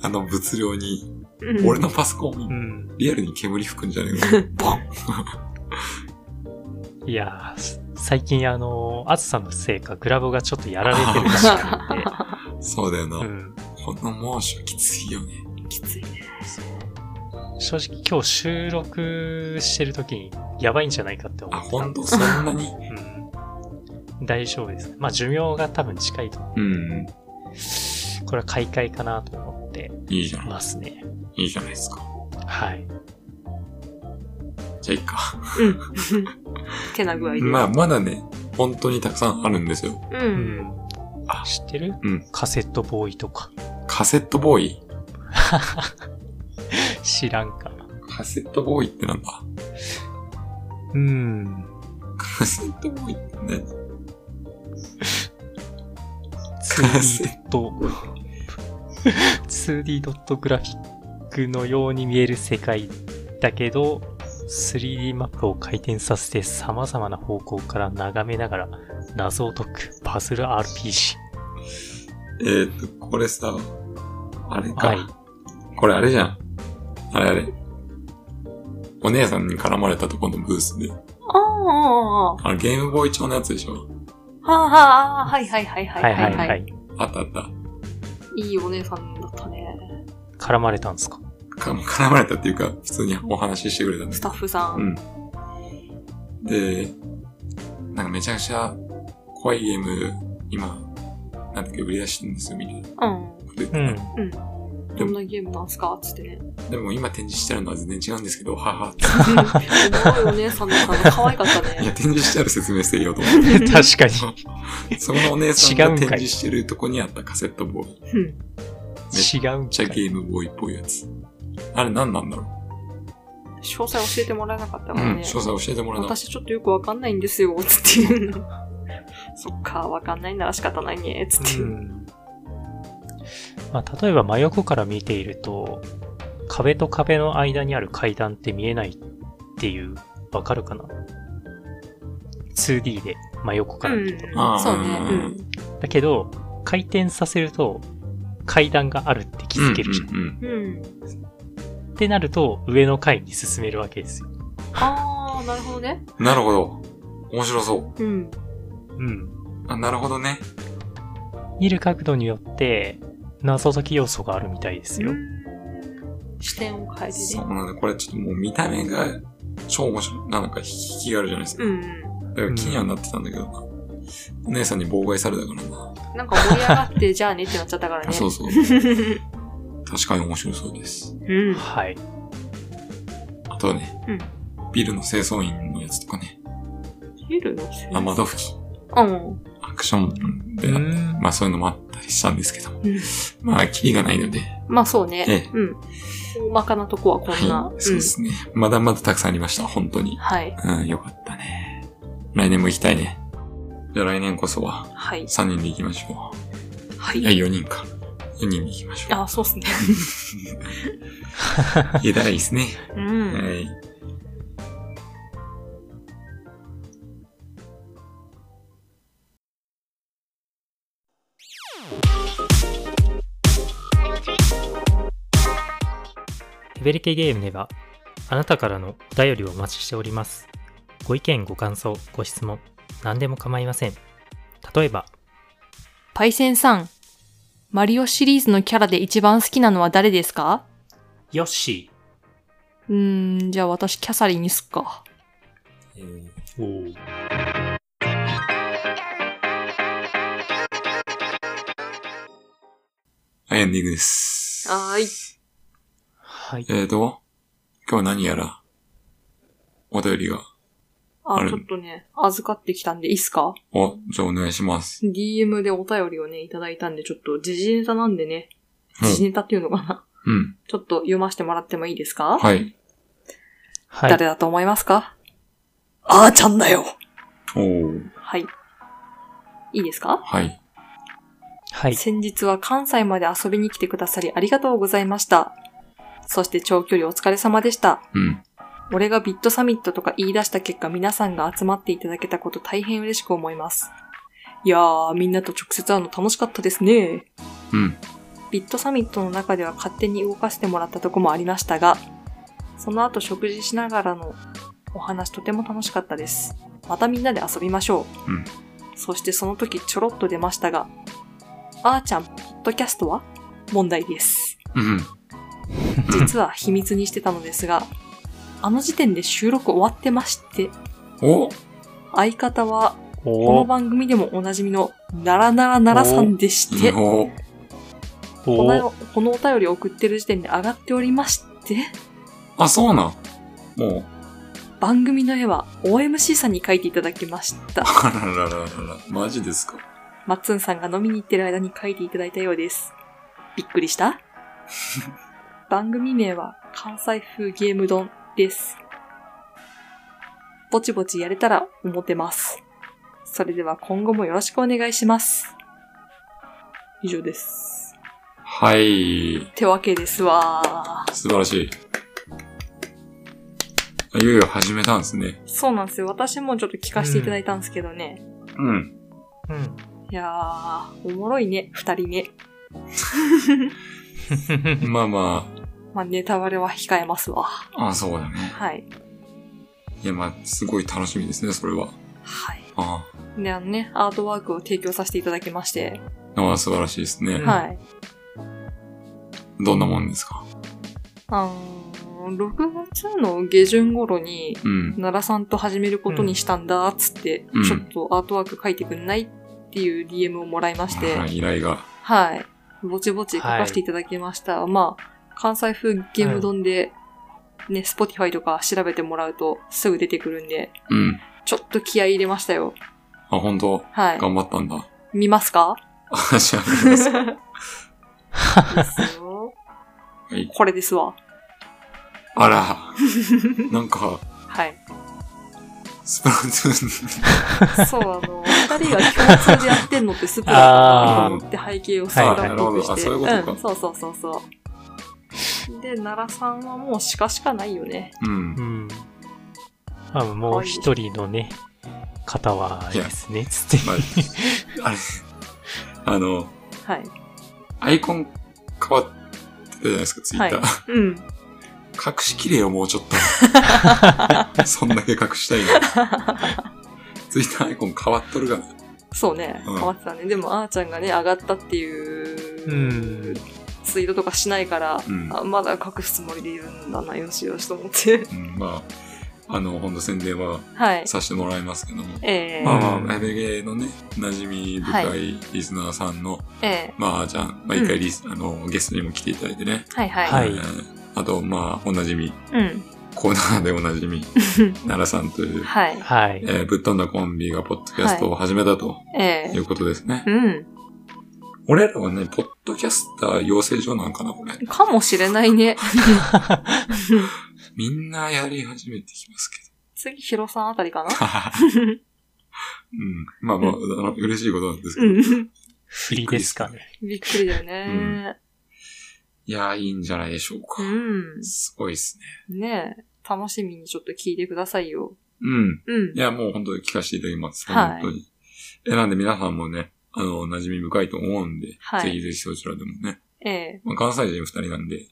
あの物量に、
うん
俺のパソコン、
うん。
リアルに煙吹くんじゃねえか。ボン
いやー、最近あの、暑さのせいか、グラボがちょっとやられてるらしく
*laughs*
*laughs* そうだよな。
て。うん。
この猛暑きついよね。
きついね。
正直今日収録してる時にやばいんじゃないかって思
あ、
ってた
ほ
ん
ん
で
と
す
そんなに。
うん、大丈夫です。まあ寿命が多分近いと
*laughs*
思
うん。
う。これは買い替えかなと思って
いいじゃん。
ますね。
いいじゃないですか。
はい。
じゃあいいか。
うん。手な具合で。
まあ、まだね、本当にたくさんあるんですよ。
う。
うんん。知ってる
うん
カセットボーイとか。 *laughs*
カセットボーイ。
知らんか。
カセットボーイってなんだ
うん。
カセットボーイって何
*laughs* ド 2D ドットグラフィックのように見える世界だけど 3D マップを回転させて様々な方向から眺めながら謎を解くパズル RPG
えーっと、これさ、あれか。
はい
これあれじゃん。あれあれ。お姉さんに絡まれたとこのブースで。
ああ、は
あの、ゲームボーイ調のやつでしょ
あはあ、はいはいはいはいはい。はい
あったあった。
いいお姉さんだったね。
絡まれたんですか
か絡まれたっていうか、普通にお話ししてくれたんで
ス
す。
タッフさ。
うんん。で、なんかめちゃくちゃ怖いゲーム、今、なんだっけ、売り出してるんですよ、みたいなこ
うん。
と言って
う
た
*laughs* う
ん
ん。どんなゲームなんすかつってね。
でも今展示してあるのは全然違うんですけど、はは。
すごいお姉さんだったの可愛かった
いや、
ね。
展示してある説明していいよと思
*laughs*
っ
確かに
て。そこのお姉さんが
違うんか
展
い
示してるとこにあったカセットボーイ。めっ
うん。
違うん
ち
か
ゃゲ
い
ームボーイっぽいやつ。あれ何なんだろ
詳細教えてもらえなかった
う、
から
うん、
ね。
詳細教えてもらえない。
私ちょっとよくわかんないんですよ、つって。 *laughs* そっか、わかんないなら仕方ないね、つって。
うんまあ、例えば真横から見ていると壁と壁の間にある階段って見えないっていうわかるかな 2D で真横から見ると、
あー
そうね。
だけど回転させると階段があるって気づけるじゃん、
うんうんうん
うん。うん。
ってなると上の階に進めるわけですよ
ああ、なるほどね。
なるほど。面白そう。
うん。
うん
あ、なるほどね。
見る角度によって謎解き要素があるみたいですよ、
視点を変えて
そう
ね。
なんだ。これちょっともう見た目が超面白い。なんか引きがあるじゃないですか。
うん。
だから気にはなってたんだけどな。お姉さんに妨害されたからな。
なんか盛り上がって、じゃあねってなっちゃったから
あ
ね。
そうそう。
*laughs*
確かに面白そうです。
うん。
はい
あとはね、
うん
ビルの清掃員のやつとかね。
ビルの清掃
あ、窓拭き。
うん。
アクションで、
ん。
まあそういうのもあったりしたんですけども
うん。
まあ、キリがないので。
まあそうね。
ええ
うん。大まかなとこはこんな。
はい。そうですね。まだまだたくさんありました、本当に
うん。。はい。
うん、よかったね。来年も行きたいね。じゃあ来年こそは
はい。
3人で行きましょ
は
う。いや、
い。
4人か。4人で行きましょう。
あ、そう
*laughs*
ですね。
行けたらいいですね。
う
は
ん。
い。
ヘベリケゲームでは、あなたからのお便りをお待ちしております。ご意見、ご感想、ご質問、何でも構いません。例えば、
パイセンさん、マリオシリーズのキャラで一番好きなのは誰ですか
ヨッシ
うーん、じゃあ私キャサリンにすっか。
ー。おー
はい、エンディングです。
はーい。
はい。
えーと、今日は何やら、お便りが、あ
あ、
れ
ちょっとね、預かってきたんでいいっすか
お、じゃあお願いします。
?DM でお便りをね、いただいたんで、ちょっと時事ネタなんでね、
うん
時事ネタっていうのかな。 *laughs*
うん。
ちょっと読ませてもらってもいいですか
はい。
はい。
誰だと思いますかあーちゃんだよ
おー。
はい。いいですか
はい。
はい。
先日は関西まで遊びに来てくださりありがとうございました。そして長距離お疲れ様でした。
うん。
俺がビットサミットとか言い出した結果皆さんが集まっていただけたこと大変嬉しく思います。いやー、みんなと直接会うの楽しかったですね。
うん。
ビットサミットの中では勝手に動かしてもらったとこもありましたが、その後食事しながらのお話とても楽しかったです。またみんなで遊びましょう。
うん
そしてその時ちょろっと出ましたが、あーちゃん、ポッドキャストは問題です。
うん。
実は秘密にしてたのですが、あの時点で収録終わってまして、
お
相方はこ
お
の番組でもおなじみのならならならさんでして、こ
お
お
のこのお便りを送ってる時点で上がっておりまして、
あ、そうなん。もう、
番組の絵は OMC さんに描いていただきました。
あらららららら、マジですか。
マッツンさんが飲みに行ってる間に描いていただいたようです。びっくりした番組名は関西風ゲーム丼です。ぼちぼちやれたら思ってます。それでは今後もよろしくお願いします。以上です。
はい。
ってわけですわー。
素晴らしい。あいよいよ始めたんですね。
そうなんですよ。私もちょっと聞かせていただいたんですけどね。
うん。
うん。
いやー、おもろいね、二人ね。
まあま
まあ、ネタバレは控えますわ。
あ、あそうだね。
はい。
いや、まあ、すごい楽しみですね、それは。
はい。
あ
で、あのね、アートワークを提供させていただきまして、
あ、ああ素晴らしいですね。
うん
はい。
どんなもんですか
あのー、6月の下旬頃に、
うん。
奈良さんと始めることにしたんだ、っつって、
うん
ちょっとアートワーク書いてくんないっていう DM をもらいまして、
はい、依頼が。
はい。ぼちぼち書かせていただきました。まあ、関西風ゲーム丼で、ね、Spotify とか調べてもらうとすぐ出てくるんで、
うん。
ちょっと気合い入れましたよ。
あ、本当
はい。
頑張ったんだ。
見ますか
あ、じゃあ、あ
*laughs*
りがとうございます
ですよ
はい
これですわ。
あら。なんか、
はい。
スプラトゥ
そう、あ
*laughs*
の、二人が共通でやってんのってスプラトゥーンって背景をスプラトゥ
はいは
ーンして。
いなるほどあそういうことか
ん、そうそうそうそう。で、奈良さんはもうしかしかないよね。
ーン。
う
*laughs*
ん。あもう一人のね、方はですね、つって。
まあ、あれ、あの、
はい。
アイコン変わってたじゃないですか、ツイッター。
うん。
隠しきれよ、もうちょっ
*laughs*
と。そんだけ隠したいの。ツイッターアイコン変わっとるがな。
そうね。
うん
変わってたね。でも、あーちゃんがね、上がったって
う
いう、
ん。
ツイートとかしないから、
うん。
あまだ隠すつもりでいるんだな、よしよしと思って。
うんまあ、あの、ほんと宣伝は
はい。
させてもらいますけども。
ええ
まあまあ、ライブゲーのね、馴染み深
はい
リスナーさんの、
ええ
まあ、あーちゃん、まあ、一回リス、あの、ゲストにも来ていただいてね。
はいはい。
はい
えーあと、まあ、おなじみ、
うん。
コーナーでおなじみ、奈良さんという、
はい。
はい
え。ーぶっ飛んだコンビがポッドキャストを始めたと
え
い
え
うことですね。
うん。
俺らはね、ポッドキャスター養成所なんかな、これ。
かもしれな
*laughs*
いね。
みんなやり始めてきますけ
次、ヒロさんあたりかな
ど。うん。まあまあ、あの嬉しいことなんですけ
う
ど。い
ん。
振りですかね。
びっくりだよね。
やー、いいんじゃないでしょうか
う。ん。
すごいですね。
ねえ。楽しみにちょっと聞いてくださいよ。
うん。
うん
い。や、もう本当に聞かせていただきます。
は
本
い
当に。え、なんで皆さんもね、あの、馴染み深いと思うんで、
は
ぜ
い
ひぜひそちらでもね。
ええ。
まあ、関西人二人なんで、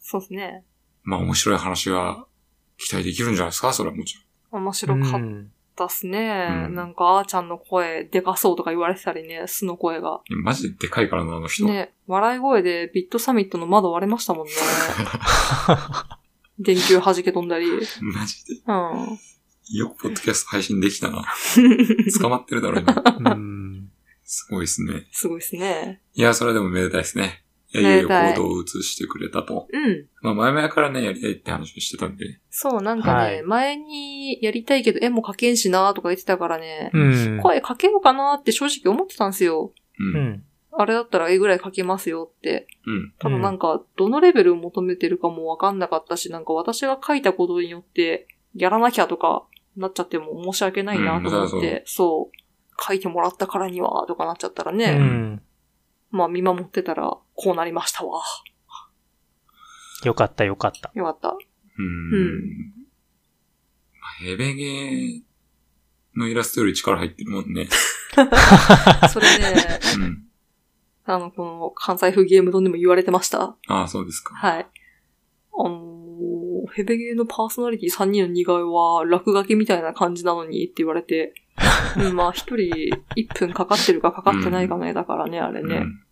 そうですね。
まあ面白い話が期待できるんじゃないですかそれはもち
面 *laughs* 白
う
かっ
ん。
たっすね。
うん
なんか、あーちゃんの声、でかそうとか言われてたりね、素の声が。
ろん。マジででかいからな、あの人。
ね、笑い声でビットサミットの窓割れましたも
*laughs*
んね。電球弾け飛んだり。うん。
マジで。よくポッドキャスト配信できた
*laughs*
な。捕まってるだろ、今。
うん。
すごいですね。
すごいですね。
いや、それでもめでたいですね。いや、
め
い
で
よい
たい
よ行動を移してくれたと。
うん。
まあ、前々からね、やりたいって話をしてたんで。
そう、なんかね、
はい
前にやりたいけど絵も描けんしなーとか言ってたからね、
う
*laughs*
ん。
声描けようかなーって正直思ってたんですよ。
うん。
う
うん。
ん。
あれだったら絵ぐらい描けますよって。
うん。
ただなんか、どのレベルを求めてるかもわかんなかったし、なんか私が描いたことによって、やらなきゃとかなっちゃっても申し訳ないなと思
うん
って、
そうそう
そう、描いてもらったからには、とかなっちゃったらね、
うん。
まあ見守ってたら、こうなりましたわ。
よかったよかった。
よかった。
うんまあヘベゲのイラストより力入ってるも
*laughs*
んね。
それね、
うん。
*laughs* あの、この関西風ゲーム丼でも言われてました。
ああ、そうですか。
はい。あのーヘベゲーのパーソナリティ3人の似顔絵は落書きみたいな感じなのにって言われて、うんまあ一人1分かかってるかかかってないかの絵だからね、あれ
う
ね。
ん。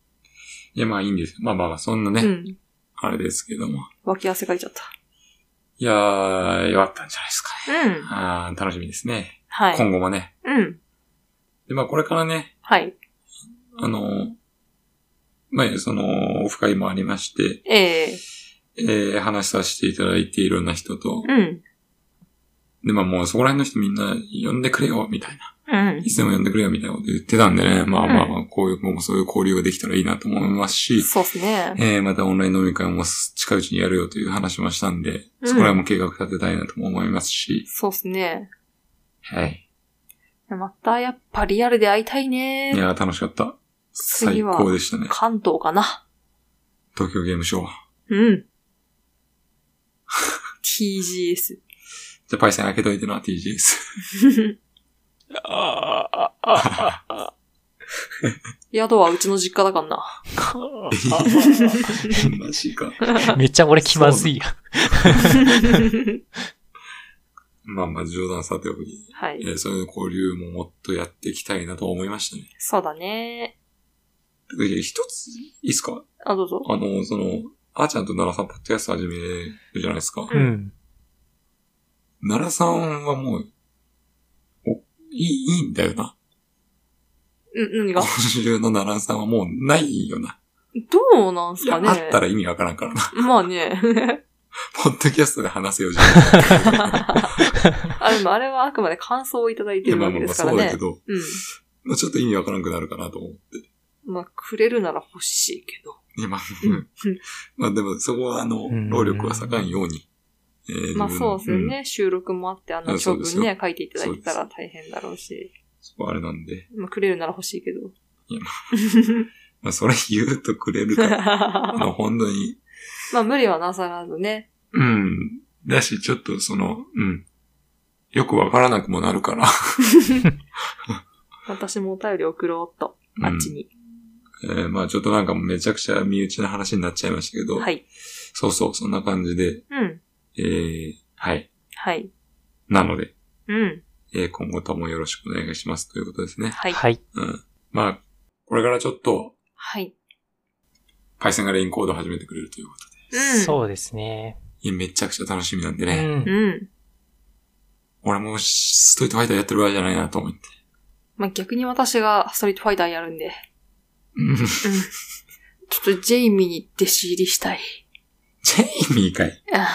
いや、まあいいんですよ。まあまあまあ、そんなね、
うん。
あれですけども。
脇汗かいちゃった。
いやー、よかったんじゃないですかね。
うん。
あー楽しみですね。
はい。
今後もね。
うん。
で、まあこれからね、
はい。
あの、まあ、その、オフ会もありまして、
ええ
えー、話させていただいていろんな人と、
うん。
で、まあもうそこら辺の人みんな呼んでくれよ、みたいな。
うん
い。つでも呼んでくれよ、みたいなこと言ってたんでね、まあまあ
うん
まあ、こういう、もうそういう交流ができたらいいなと思いますし、
そうっすね。
えー、またオンライン飲み会も近いうちにやるよという話もしたんで、そこら辺も計画立てたいなとも思いますし、
そうっすね。
はい。
またやっぱリアルで会いたいね
い。やー、楽しかった。最
次は
高でしたね。
関東かな。
東京ゲームショウ。 *laughs*
うん。TGS。
じゃあ、パイセン開けといてな、TGS。
*laughs*
ああ、ああ、ああ。
宿はうちの実家だからな。
マジか。 *laughs*
めっちゃ俺気まずいやん。
まあまあ、冗談さておき、
*laughs* は
え
い。
ーそういう交流ももっとやっていきたいなと思いましたね。
そうだね。
いや一つ、いいっすか
あ、どうぞ。
あの、その、あーちゃんと奈良さん、ポッドキャスト始めるじゃないですか。
うん。
奈良さんはもう、お、いい、いいんだよな。
ん、何が
今週の奈良さんはもうないよな。
どうなんす
いや、
かね。
あったら意味わからんから
*laughs*
な。
まあね。
ポッドキャストで話せよ、じゃあ。
あ、でもあれはあくまで感想をいただいてる
まあ
わ
まあ
けで
まあ、
すから
そうだけ
ね。
ど、
うん。
まあちょっと意味わからんくなるかなと思って。
まあ、くれるなら欲しいけど。
今、
*laughs* うん
まあでも、そこは、あの
う、ん
労力は盛んように。えー
まあそうです
自
よ。
分のん
ね。収録もあって、あの、
あそ
長
うです
文
よ
ね、書いていただいてたら大変だろうし。
そこはあれなんで。
まあ、くれるなら欲しい
*laughs*
けど。
まあ、それ言うとくれる
*laughs*
から。あの、本当に。
まあ、無理はなさらずね。
うん。だし、ちょっとその、うん。よくわからなくもなるから。
私もお便り送ろうっと。あっちに。
うんえーまあちょっとなんかめちゃくちゃ身内の話になっちゃいましたけど。
はい。
そうそう、そんな感じで。
うん。
えー、はい。
はい。
なので、
うん。
えー今後ともよろしくお願いしますということですね。
はい。
はい。
うん。まあ、これからちょっと、
はい。
パイセンがレインコードを始めてくれるということで
うん。
そうですね。
いや。めちゃくちゃ楽しみなんで
う
ね。
ん。
うん。
俺もストリートファイターやってる場合じゃないなと思って。 *laughs*
まあ、逆に私がストリートファイターやるんで。
うん
ちょっとジェイミーに弟子入りしたい。
ジェイミーかい。
あ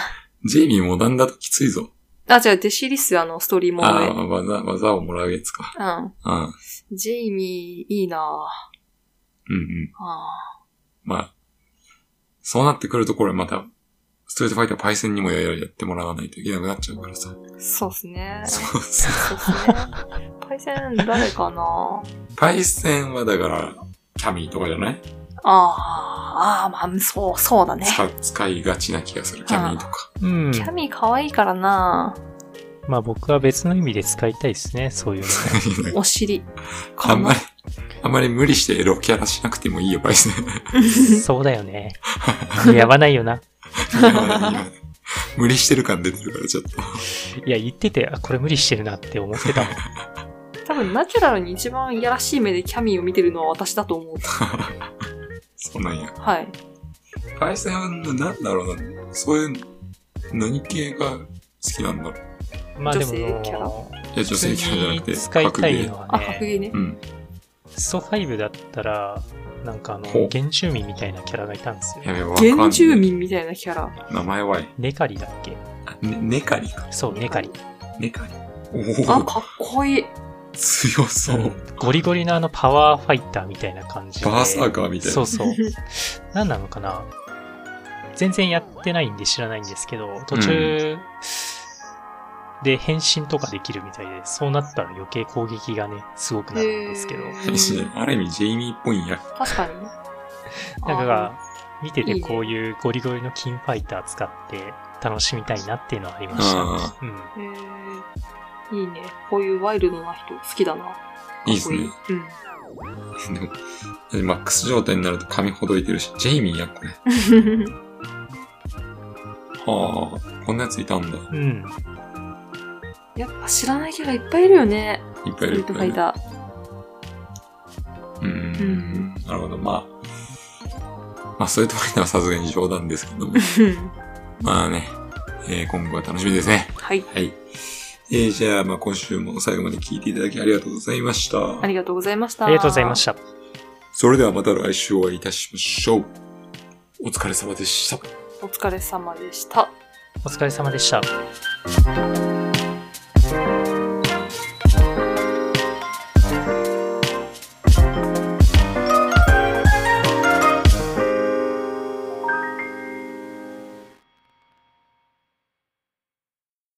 ジェイミーモダンだときついぞ。
あ、じゃあ、弟子入りっすよ、あの、ストーリーも
あ
上。
あ、技、技をもらうやつか。
うん。
うん。うん
ジェイミー、いいなぁ。
うん。
あ
まあ、そうなってくるとこれまた、ストリートファイターパイセンにもやってもらわないといけなくなっちゃうからさ。
ーそうっすね。そ
そうそう。
うっすね。パイセン、誰かなぁ。
パイセンはだから、キャミーとかじゃない
あー、あー、まあ、そう、そうだね。
使使いがちな気がする。キャミーとか。
うん。
キャミー可愛いからなぁ。
まあ僕は別の意味で使いたいですね、そういうの。
*laughs*
*laughs* お尻。
あ
か
んま
な
り、あんまり無理してエロキャラしなくてもいいよ、パイセン。
そうだよね。やばないよな。
無理してる感出てるから、ちょっと。
いや、言ってて、あ、これ無理してるなって思ってたもん。
*laughs* 多分、ナチュラルに一番いやらしい目でキャミーを見てるのは私だと思う。
そうなんや。
はい。
パイセンはなんだろうな。そういう、何系が好きなんだろう。
*laughs*
まあでも、
女性キャラ
いや、女性キャラじゃなくて、
使いたい
格
のは
あ、格
ね、
ゲーね
ゲー。うん。
スト5だったら、なんかあの
ほう、
原住民みたいなキャラがいたんですよ
や。べ、わかんない。
原住民みたいなキャラ。
名前はいい。
ネカリだっけ
あね、ネカリか。
そう、ネカリ。
ネカリ。
あ、
*laughs*
おお
かっこいい。
強そう。
ゴリゴリのあのパワーファイターみたいな感じで。
バーサーカーみたいな。
そうそう。何なのかな全然やってないんで知らないんですけど、途中で変身とかできるみたいで、そうなったら余計攻撃がね、すごくなるんですけど
へ。ー
ある意味、ジェイミーっぽいんや。
確
*laughs*
かにね。
だか
あー
ら、見て
いい
て
ね
こういうゴリゴリの金ファイター使って楽しみたいなっていうのはありました。
あ
うん。
へーいいね。こういうワイルドな人好きだな。かっこ
いいですね。
うん。
あ。でも、マックス状態になると髪ほどいてるし、ジェイミーや、これ。はあ、こんなやついたんだ。
うん。
*laughs* やっぱ知らないキャラいっぱいいるよね。
いっぱ
ス
いい
ト
る。
リートファイター。
うーん。なるほど。まあ、まあ、そういうところにはさすがに冗談ですけ *laughs* ども。
うん
まあね、えー今後は楽しみですね。
*laughs* はい。
はい。えーじゃあ、まあ今週も最後まで聞いていただきありがとうございました。
ありがとうございました。
ありがとうございました。
それではまた来週お会いいたしましょう。お疲れ様でした。
た。お疲れ様でした。
お疲れ様でした。